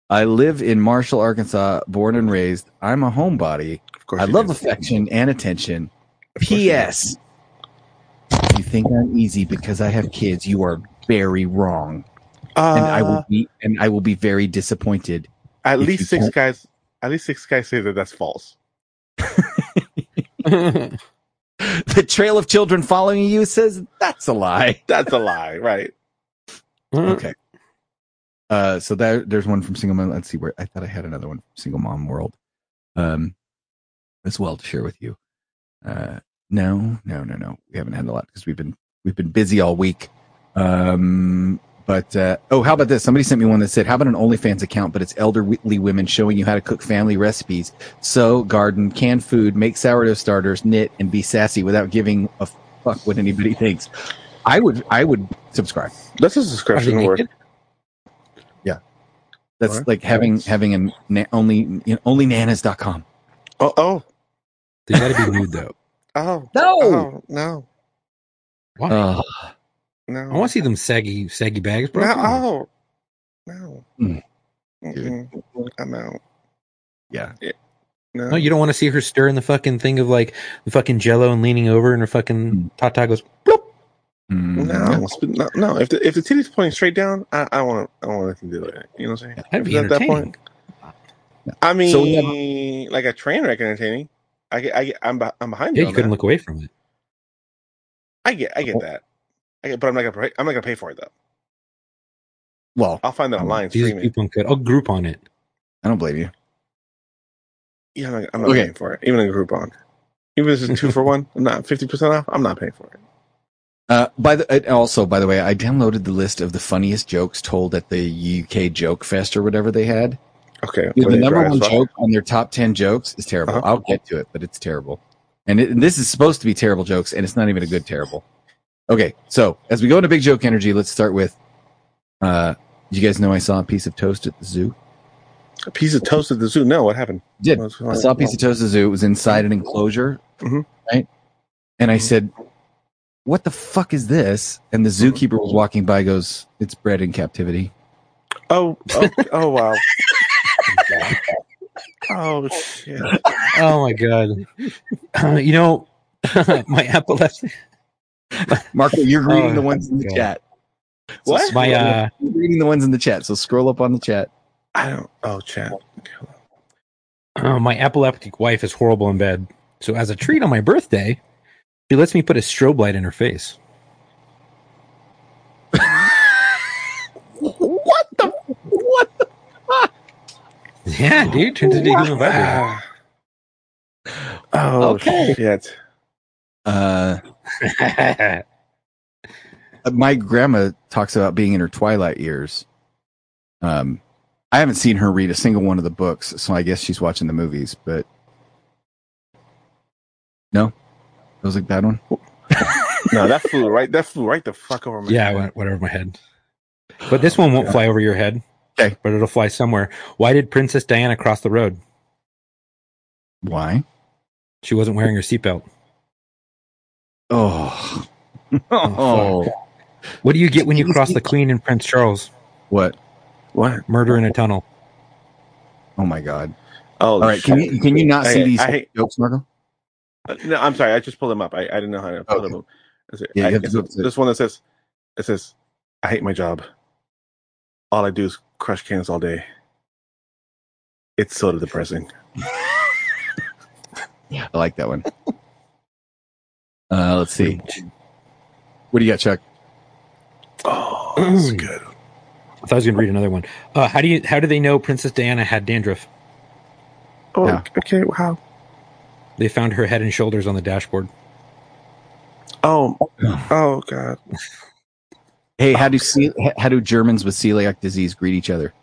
Speaker 4: I live in Marshall, Arkansas, born and raised. I'm a homebody.
Speaker 3: Of course.
Speaker 4: I
Speaker 3: you
Speaker 4: love
Speaker 3: do.
Speaker 4: affection and attention.
Speaker 3: course you do.
Speaker 4: P.S. You think I'm easy because I have kids. You are very wrong,
Speaker 3: Uh,
Speaker 4: and I will be and I will be very disappointed.
Speaker 3: At
Speaker 4: if you
Speaker 3: least six
Speaker 4: don't-
Speaker 3: guys. At least six guys say that that's false.
Speaker 4: The trail of children following you says that's a lie.
Speaker 3: That's a lie, right?
Speaker 4: Okay. Uh, so that there's one from single mom. Let's see where I thought I had another one from single mom world, um, as well to share with you. Uh, no, no, no, no. We haven't had a lot because we've been we've been busy all week. Um, but uh, oh, how about this? Somebody sent me one that said, "How about an OnlyFans account, but it's elderly women showing you how to cook family recipes, sew, garden, can food, make sourdough starters, knit, and be sassy without giving a fuck what anybody [LAUGHS] thinks." I would I would subscribe.
Speaker 3: That's his
Speaker 5: Are they
Speaker 3: description word.
Speaker 5: naked?
Speaker 4: That's
Speaker 3: Alright.
Speaker 4: like having having an na- only you know, only nanas.com.
Speaker 3: Oh, oh,
Speaker 5: They gotta be nude though.
Speaker 3: oh,
Speaker 4: No.
Speaker 3: oh, no, Oh,
Speaker 5: Why?
Speaker 4: Uh,
Speaker 3: no.
Speaker 5: I want to see them saggy, saggy bags, bro.
Speaker 3: No,
Speaker 5: Come on.
Speaker 3: oh, no.
Speaker 4: Mm.
Speaker 3: Mm-mm. I'm out.
Speaker 4: Yeah.
Speaker 3: No.
Speaker 5: No, you don't want to see her stirring the fucking thing of like the fucking jello and leaning over and her
Speaker 3: Hmm.
Speaker 5: fucking tata goes bloop.
Speaker 4: mm,
Speaker 3: No, sp- no, no. If the if the titty's pointing straight down, I, I want I want anything to do with it. You know what I'm saying?
Speaker 5: That'd be
Speaker 3: At that
Speaker 5: entertaining.
Speaker 3: point, I mean,
Speaker 4: So
Speaker 3: like a train wreck entertaining. I get, I get, I'm be- I'm behind
Speaker 5: yeah,
Speaker 3: you.
Speaker 5: you
Speaker 3: on
Speaker 5: couldn't
Speaker 3: that.
Speaker 5: look away from it.
Speaker 3: I get I
Speaker 4: Oh.
Speaker 3: get that. I get, but I'm not gonna pay, I'm not gonna pay for it though.
Speaker 4: Well,
Speaker 3: I'll find that
Speaker 4: Um,
Speaker 3: online
Speaker 5: Jesus,
Speaker 3: streaming.
Speaker 5: Groupon could. I'll group on it.
Speaker 4: I don't blame you.
Speaker 3: Yeah, I'm not, I'm not
Speaker 4: Okay.
Speaker 3: paying for it. Even in Groupon, even if it's two
Speaker 4: [LAUGHS]
Speaker 3: for one, I'm not fifty percent off. I'm not paying for it.
Speaker 4: Uh, by the and also by the way, I downloaded the list of the funniest jokes told at the UK Joke Fest or whatever they had.
Speaker 3: Okay,
Speaker 4: Dude,
Speaker 3: were
Speaker 4: the
Speaker 3: they
Speaker 4: number
Speaker 3: dry as
Speaker 4: one
Speaker 3: fuck?
Speaker 4: joke on their top ten jokes is terrible.
Speaker 3: Uh-huh.
Speaker 4: I'll get to it, but it's terrible. And, it, and this is supposed to be terrible jokes, and it's not even a good terrible. Okay, so as we go into big joke energy, let's start with. Uh, you guys know I saw a piece of toast at the zoo.
Speaker 3: A piece of toast at the zoo. No, what happened?
Speaker 4: I did.
Speaker 3: What was-
Speaker 4: I saw a piece of toast at the zoo. It was inside an enclosure,
Speaker 3: Mhm.
Speaker 4: right? And I said, "What the fuck is this?" And the zookeeper was walking by, goes, "It's bred in captivity."
Speaker 3: Oh, oh, oh
Speaker 4: [LAUGHS]
Speaker 3: wow. oh shit.
Speaker 5: Oh my god. [LAUGHS] you know, my epilepsy.
Speaker 4: [LAUGHS] Marco, you're reading
Speaker 5: Oh,
Speaker 4: the ones in the
Speaker 5: God.
Speaker 4: chat. So
Speaker 3: What?
Speaker 5: My uh,
Speaker 4: You're reading the ones in the chat. So scroll up on the chat.
Speaker 3: I don't. Oh, chat.
Speaker 5: uh, my epileptic wife is horrible in bed. So as a treat on my birthday, she lets me put a strobe light in her face.
Speaker 4: What the? What? The,
Speaker 5: Yeah, dude, turns into a human vibrator.
Speaker 3: Ah. oh
Speaker 4: Okay.
Speaker 3: shit.
Speaker 4: uh,
Speaker 5: That's
Speaker 4: my grandma talks about being in her twilight years. Um, I haven't seen her read a single one of the books, so I guess she's watching the movies. But no, that was a bad one.
Speaker 3: No, that flew right. That flew right the fuck over my.
Speaker 5: Yeah, it went, went over my head. But this one won't fly over your head.
Speaker 4: Okay.
Speaker 5: But it'll fly somewhere. Why did Princess Diana cross the road?
Speaker 4: Why?
Speaker 5: She wasn't wearing her seatbelt.
Speaker 4: Oh,
Speaker 5: Oh, What do you get when you cross the Queen and Prince Charles?
Speaker 4: what?
Speaker 3: What?
Speaker 5: Murder in a tunnel.
Speaker 4: Oh my God!
Speaker 3: Oh,
Speaker 4: All right, can you can you not see
Speaker 3: Okay,
Speaker 4: these
Speaker 3: I hate-
Speaker 4: jokes, Marco?
Speaker 3: Uh, No, I'm sorry. I just pulled them up. I, I didn't know how to pull
Speaker 4: Okay.
Speaker 3: them up. Is it-
Speaker 4: Yeah, you
Speaker 3: I-
Speaker 4: have to
Speaker 3: is
Speaker 4: go
Speaker 3: it-
Speaker 4: to-
Speaker 3: this one that says, "It says, I hate my job. All I do is crush cans all day. It's sort of depressing."
Speaker 4: I like that one. Uh, let's see. What do you got, Chuck?
Speaker 3: Oh, that's
Speaker 5: Mm.
Speaker 3: good.
Speaker 5: I thought I was going to read another one. Uh, how do you? How do they know Princess Diana had dandruff?
Speaker 3: Oh,
Speaker 4: Yeah.
Speaker 3: okay. Wow.
Speaker 5: They found her head and shoulders on the dashboard.
Speaker 3: Oh, oh god.
Speaker 4: Hey, how do ce- how do Germans with celiac disease greet each other?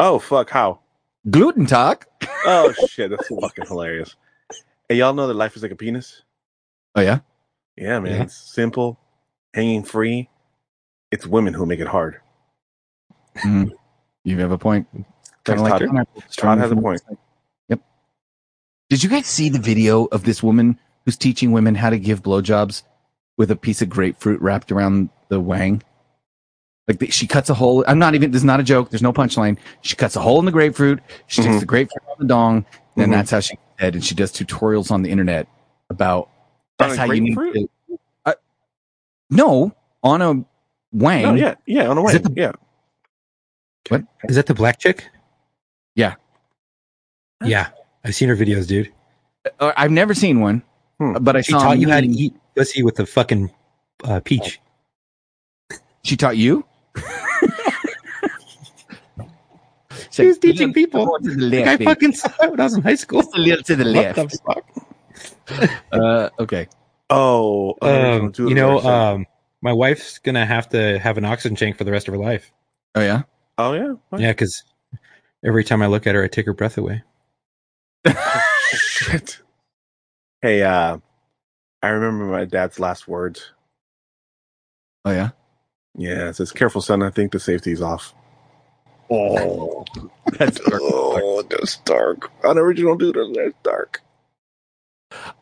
Speaker 3: Oh fuck. How?
Speaker 4: Gluten talk.
Speaker 3: Oh shit, that's fucking hilarious. Hey, y'all know that life is like a penis?
Speaker 4: Oh yeah.
Speaker 3: Yeah, man.
Speaker 5: Yeah.
Speaker 3: It's simple, hanging free. It's women who make it hard.
Speaker 4: Mm. You have a point.
Speaker 3: Thanks,
Speaker 4: Kinda like
Speaker 3: Todd.
Speaker 4: pineapple.
Speaker 3: Todd has a point.
Speaker 4: Yep. Did you guys see the video of this woman who's teaching women how to give blowjobs with a piece of grapefruit wrapped around the wang? Like the, she cuts a hole. I'm not even. This is not a joke. There's no punchline. She cuts a hole in the grapefruit. She sticks
Speaker 3: Mhm.
Speaker 4: the grapefruit on the dong, and
Speaker 3: Mhm.
Speaker 4: that's how she said. And she does tutorials on the internet about
Speaker 3: On
Speaker 4: that's
Speaker 3: a
Speaker 4: how you need.
Speaker 3: grapefruit?
Speaker 4: To, uh, no, on a wang.
Speaker 3: No, Oh, yeah, yeah, on the way.
Speaker 4: Is it the- um,
Speaker 3: Yeah.
Speaker 5: Is that the black chick?
Speaker 4: Yeah.
Speaker 5: Yeah, I've seen her videos, dude.
Speaker 4: Uh, I've never seen one,
Speaker 3: Hmm.
Speaker 4: but I
Speaker 5: She
Speaker 4: saw
Speaker 5: taught you how to
Speaker 4: meme.
Speaker 5: eat pussy with a fucking uh, peach.
Speaker 4: She taught you?
Speaker 5: [LAUGHS] She was teaching people.
Speaker 4: To the
Speaker 5: Like, I
Speaker 4: left, baby.
Speaker 5: fucking saw it [LAUGHS] when I was in high school.
Speaker 4: Just a little to the
Speaker 5: What
Speaker 4: left.
Speaker 5: the fuck?
Speaker 4: [LAUGHS] Uh, okay.
Speaker 3: Oh,
Speaker 5: Um,
Speaker 3: original
Speaker 5: you know,
Speaker 3: Judas.
Speaker 5: um, my wife's gonna have to have an oxygen tank for the rest of her life.
Speaker 4: Oh yeah.
Speaker 3: oh yeah. What?
Speaker 5: Yeah, because every time I look at her, I take her breath away.
Speaker 4: [LAUGHS]
Speaker 3: Shit. Hey, uh I remember my dad's last words.
Speaker 4: Oh yeah.
Speaker 3: Yeah, it says careful son, I think the safety's off. [LAUGHS] Oh,
Speaker 4: That's
Speaker 3: oh, that's dark. Unoriginal dude, that's dark.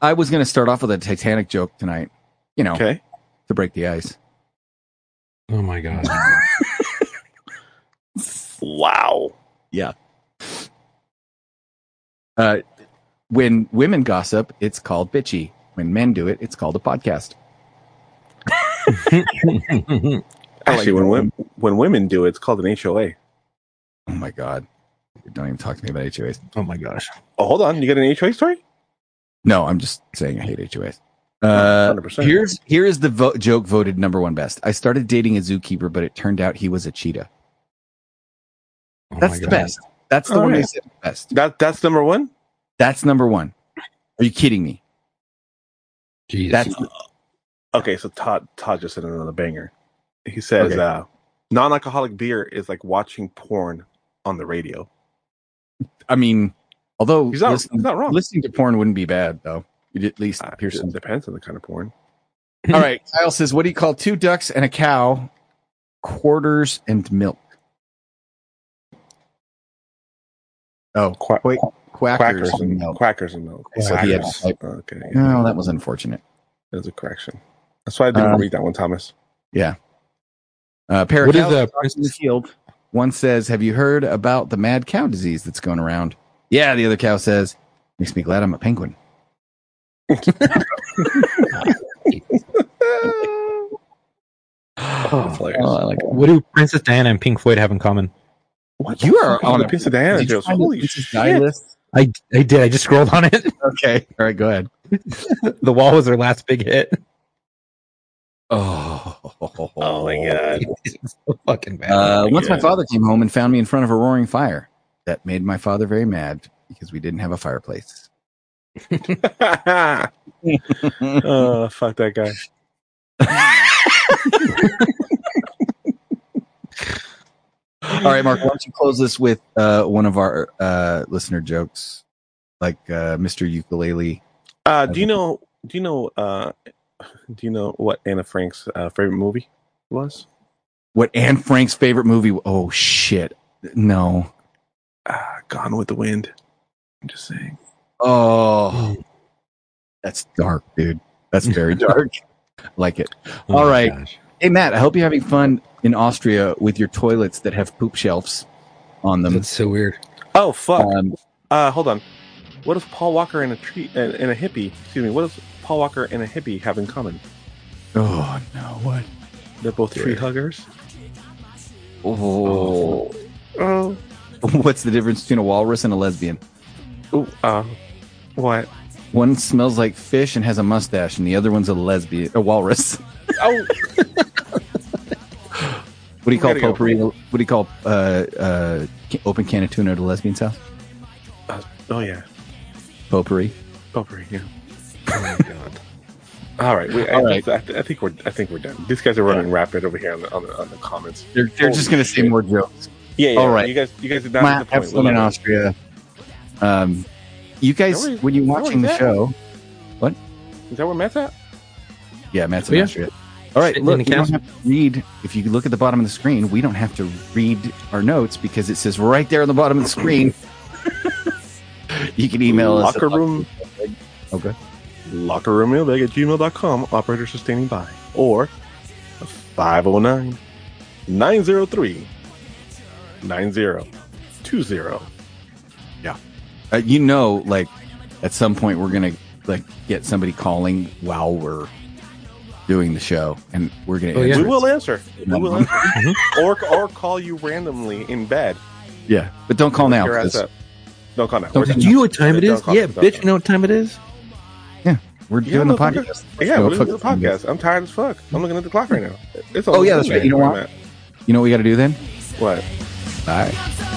Speaker 4: I was going to start off with a Titanic joke tonight, you know,
Speaker 3: Okay.
Speaker 4: to break the ice.
Speaker 5: Oh my [LAUGHS] god.
Speaker 3: Wow.
Speaker 4: Uh, when women gossip, it's called bitchy. When men do it, it's called a podcast.
Speaker 3: Actually, when women, when women do it, it's called an HOA.
Speaker 4: Oh my God. Don't even talk to me about HOAs.
Speaker 5: oh my gosh.
Speaker 3: Oh, hold on. You got an HOA story?
Speaker 4: No, I'm just saying I hate HOAs. Uh,
Speaker 3: 100%.
Speaker 4: here's here is the vo- joke voted number one best. I started dating a zookeeper, but it turned out he was a cheetah.
Speaker 5: Oh
Speaker 4: That's
Speaker 5: my
Speaker 4: the
Speaker 5: God.
Speaker 4: best. That's the
Speaker 3: All
Speaker 4: one they
Speaker 3: right.
Speaker 4: said was best.
Speaker 3: that that's number one.
Speaker 4: That's number one. Are you kidding me?
Speaker 5: Jeez.
Speaker 4: That's
Speaker 3: Okay, so Todd Todd just said another banger. He says
Speaker 4: Okay.
Speaker 3: uh, non-alcoholic beer is like watching porn on the radio.
Speaker 4: I mean, although
Speaker 3: He's not,
Speaker 4: listening,
Speaker 3: he's not wrong.
Speaker 4: listening to porn wouldn't be bad though. You'd at least
Speaker 3: Uh,
Speaker 4: hear
Speaker 3: it
Speaker 4: some.
Speaker 3: depends on the kind of porn.
Speaker 4: [LAUGHS] All right, Kyle says, "What do you call two ducks and a cow? Quarters and milk." Oh,
Speaker 3: Quack,
Speaker 4: wait, quackers,
Speaker 3: quackers
Speaker 4: and
Speaker 3: and
Speaker 4: milk.
Speaker 3: quackers and milk.
Speaker 4: So he had-
Speaker 3: Quackers. Okay, yeah,
Speaker 4: No, that was unfortunate.
Speaker 3: that was a correction. That's why I didn't
Speaker 4: Um,
Speaker 3: read that one, [SIGHS] Thomas.
Speaker 4: Uh, pair of
Speaker 5: What is
Speaker 4: cows lost
Speaker 5: the
Speaker 4: in the
Speaker 5: princess-
Speaker 4: field. One says, "Have you heard about the mad cow disease that's going around?" Yeah, the other cow says, "Makes me glad I'm a penguin."
Speaker 3: That's hilarious.
Speaker 4: Oh, I like
Speaker 5: What do Princess Diana and Pink Floyd have in common? [LAUGHS]
Speaker 3: What
Speaker 4: you
Speaker 3: the
Speaker 4: are
Speaker 3: fuck is
Speaker 4: on
Speaker 3: the
Speaker 4: a-
Speaker 3: piece
Speaker 4: [LAUGHS]
Speaker 3: of Diana
Speaker 4: Did you
Speaker 3: jokes.
Speaker 4: find the
Speaker 3: Holy
Speaker 4: Princess Di
Speaker 3: shit!
Speaker 4: list?
Speaker 5: I I did. I just scrolled on it. [LAUGHS]
Speaker 4: Okay, all right, go ahead.
Speaker 5: the wall was their last big hit. [LAUGHS]
Speaker 4: Oh,
Speaker 3: Oh my god!
Speaker 5: It's so fucking bad.
Speaker 4: Uh, once my
Speaker 3: God.
Speaker 4: father came home and found me in front of a roaring fire. That made my father very mad because we didn't have a fireplace.
Speaker 3: [LAUGHS]
Speaker 4: [LAUGHS]
Speaker 3: oh fuck that guy!
Speaker 4: All right, Mark, why don't you close this with uh, one of our uh, listener jokes, like uh, Mr. Ukulele?
Speaker 3: Uh, do you know? Do you know? Uh, do you know what Anna Frank's uh, favorite movie was?
Speaker 4: What Anne Frank's favorite movie? Oh, shit. No.
Speaker 3: Uh, Gone with the Wind. I'm just saying.
Speaker 4: Oh, that's dark, dude. That's [LAUGHS] very dark. like it.
Speaker 5: Oh
Speaker 4: all right. Hey, Matt, I hope you're having fun in Austria with your toilets that have poop shelves on them.
Speaker 5: That's so weird.
Speaker 3: Oh fuck!
Speaker 4: Um,
Speaker 3: Uh, hold on. What does Paul Walker and a tree and, and a hippie? Excuse me. What does Paul Walker and a hippie have in common?
Speaker 4: oh, no. What?
Speaker 3: They're both tree huggers.
Speaker 4: Oh. [LAUGHS]
Speaker 3: Oh,
Speaker 4: What's the difference between a walrus and a lesbian?
Speaker 3: ooh, uh, what?
Speaker 4: One smells like fish and has a mustache, and the other one's a lesbian, a walrus.
Speaker 3: Oh,
Speaker 4: What do you call
Speaker 3: Gotta go.
Speaker 4: potpourri? What do you call uh, uh, ca- open can of tuna at a lesbian's house?
Speaker 3: uh, oh yeah.
Speaker 4: Potpourri.
Speaker 3: Over [LAUGHS] here. Oh my god. All right, we, I,
Speaker 4: All right.
Speaker 3: I, I think we're I think we're done. These guys are running rapid over here on the on the, on the comments.
Speaker 4: They're, they're
Speaker 3: Holy
Speaker 4: just going to say
Speaker 3: shit.
Speaker 4: more jokes.
Speaker 3: Yeah, yeah.
Speaker 4: All right.
Speaker 3: You guys, you guys did not
Speaker 4: Matt,
Speaker 3: get
Speaker 4: have
Speaker 3: the point.
Speaker 4: fun
Speaker 3: We
Speaker 4: in
Speaker 3: love
Speaker 4: Austria. Um, you guys,
Speaker 3: Where is-
Speaker 4: when you're
Speaker 3: where
Speaker 4: watching
Speaker 3: is
Speaker 4: the
Speaker 3: that?
Speaker 4: show,
Speaker 3: it. Is that where Matt's at?
Speaker 4: yeah, Matt's
Speaker 5: Oh,
Speaker 4: in
Speaker 5: yeah.
Speaker 4: Austria. All right,
Speaker 5: Sitting
Speaker 4: look,
Speaker 5: in
Speaker 4: we
Speaker 5: the
Speaker 4: don't
Speaker 5: castle.
Speaker 4: have to read. If you look at the bottom of the screen, we don't have to read our notes because it says right there on the bottom of the screen. [LAUGHS] you can email us. at
Speaker 3: Locker room.
Speaker 4: Okay.
Speaker 3: Locker room mailbag at gmail.com. Operator sustaining by or 509 903 9020.
Speaker 4: Uh, you know, like at some point we're gonna like get somebody calling while we're doing the show, and we're gonna.
Speaker 5: Oh, yeah.
Speaker 3: We
Speaker 4: answer
Speaker 3: will
Speaker 4: it.
Speaker 3: answer. We will
Speaker 4: Mm-hmm.
Speaker 3: answer. or or call you randomly in bed.
Speaker 4: Yeah, but don't call now.
Speaker 3: Your ass
Speaker 4: 'cause
Speaker 3: up. Don't call now.
Speaker 4: Don't
Speaker 3: We're
Speaker 4: call
Speaker 3: done.
Speaker 4: now.
Speaker 5: know what
Speaker 3: Don't call-
Speaker 5: time
Speaker 3: don't call.
Speaker 5: know what time it is?
Speaker 4: We're
Speaker 3: Yeah,
Speaker 4: doing the
Speaker 3: motherfucker.
Speaker 4: podcast.
Speaker 3: Yeah,
Speaker 4: So
Speaker 3: we're doing the
Speaker 4: fuck it.
Speaker 3: podcast. I'm tired as fuck. I'm looking at the clock right now. It's
Speaker 4: Oh, yeah,
Speaker 3: almost
Speaker 4: that's
Speaker 3: midnight.
Speaker 4: right. You know
Speaker 3: Where
Speaker 4: what?
Speaker 3: I'm
Speaker 4: You know what we got to do then?
Speaker 3: at. What?
Speaker 4: Bye.
Speaker 9: Bye.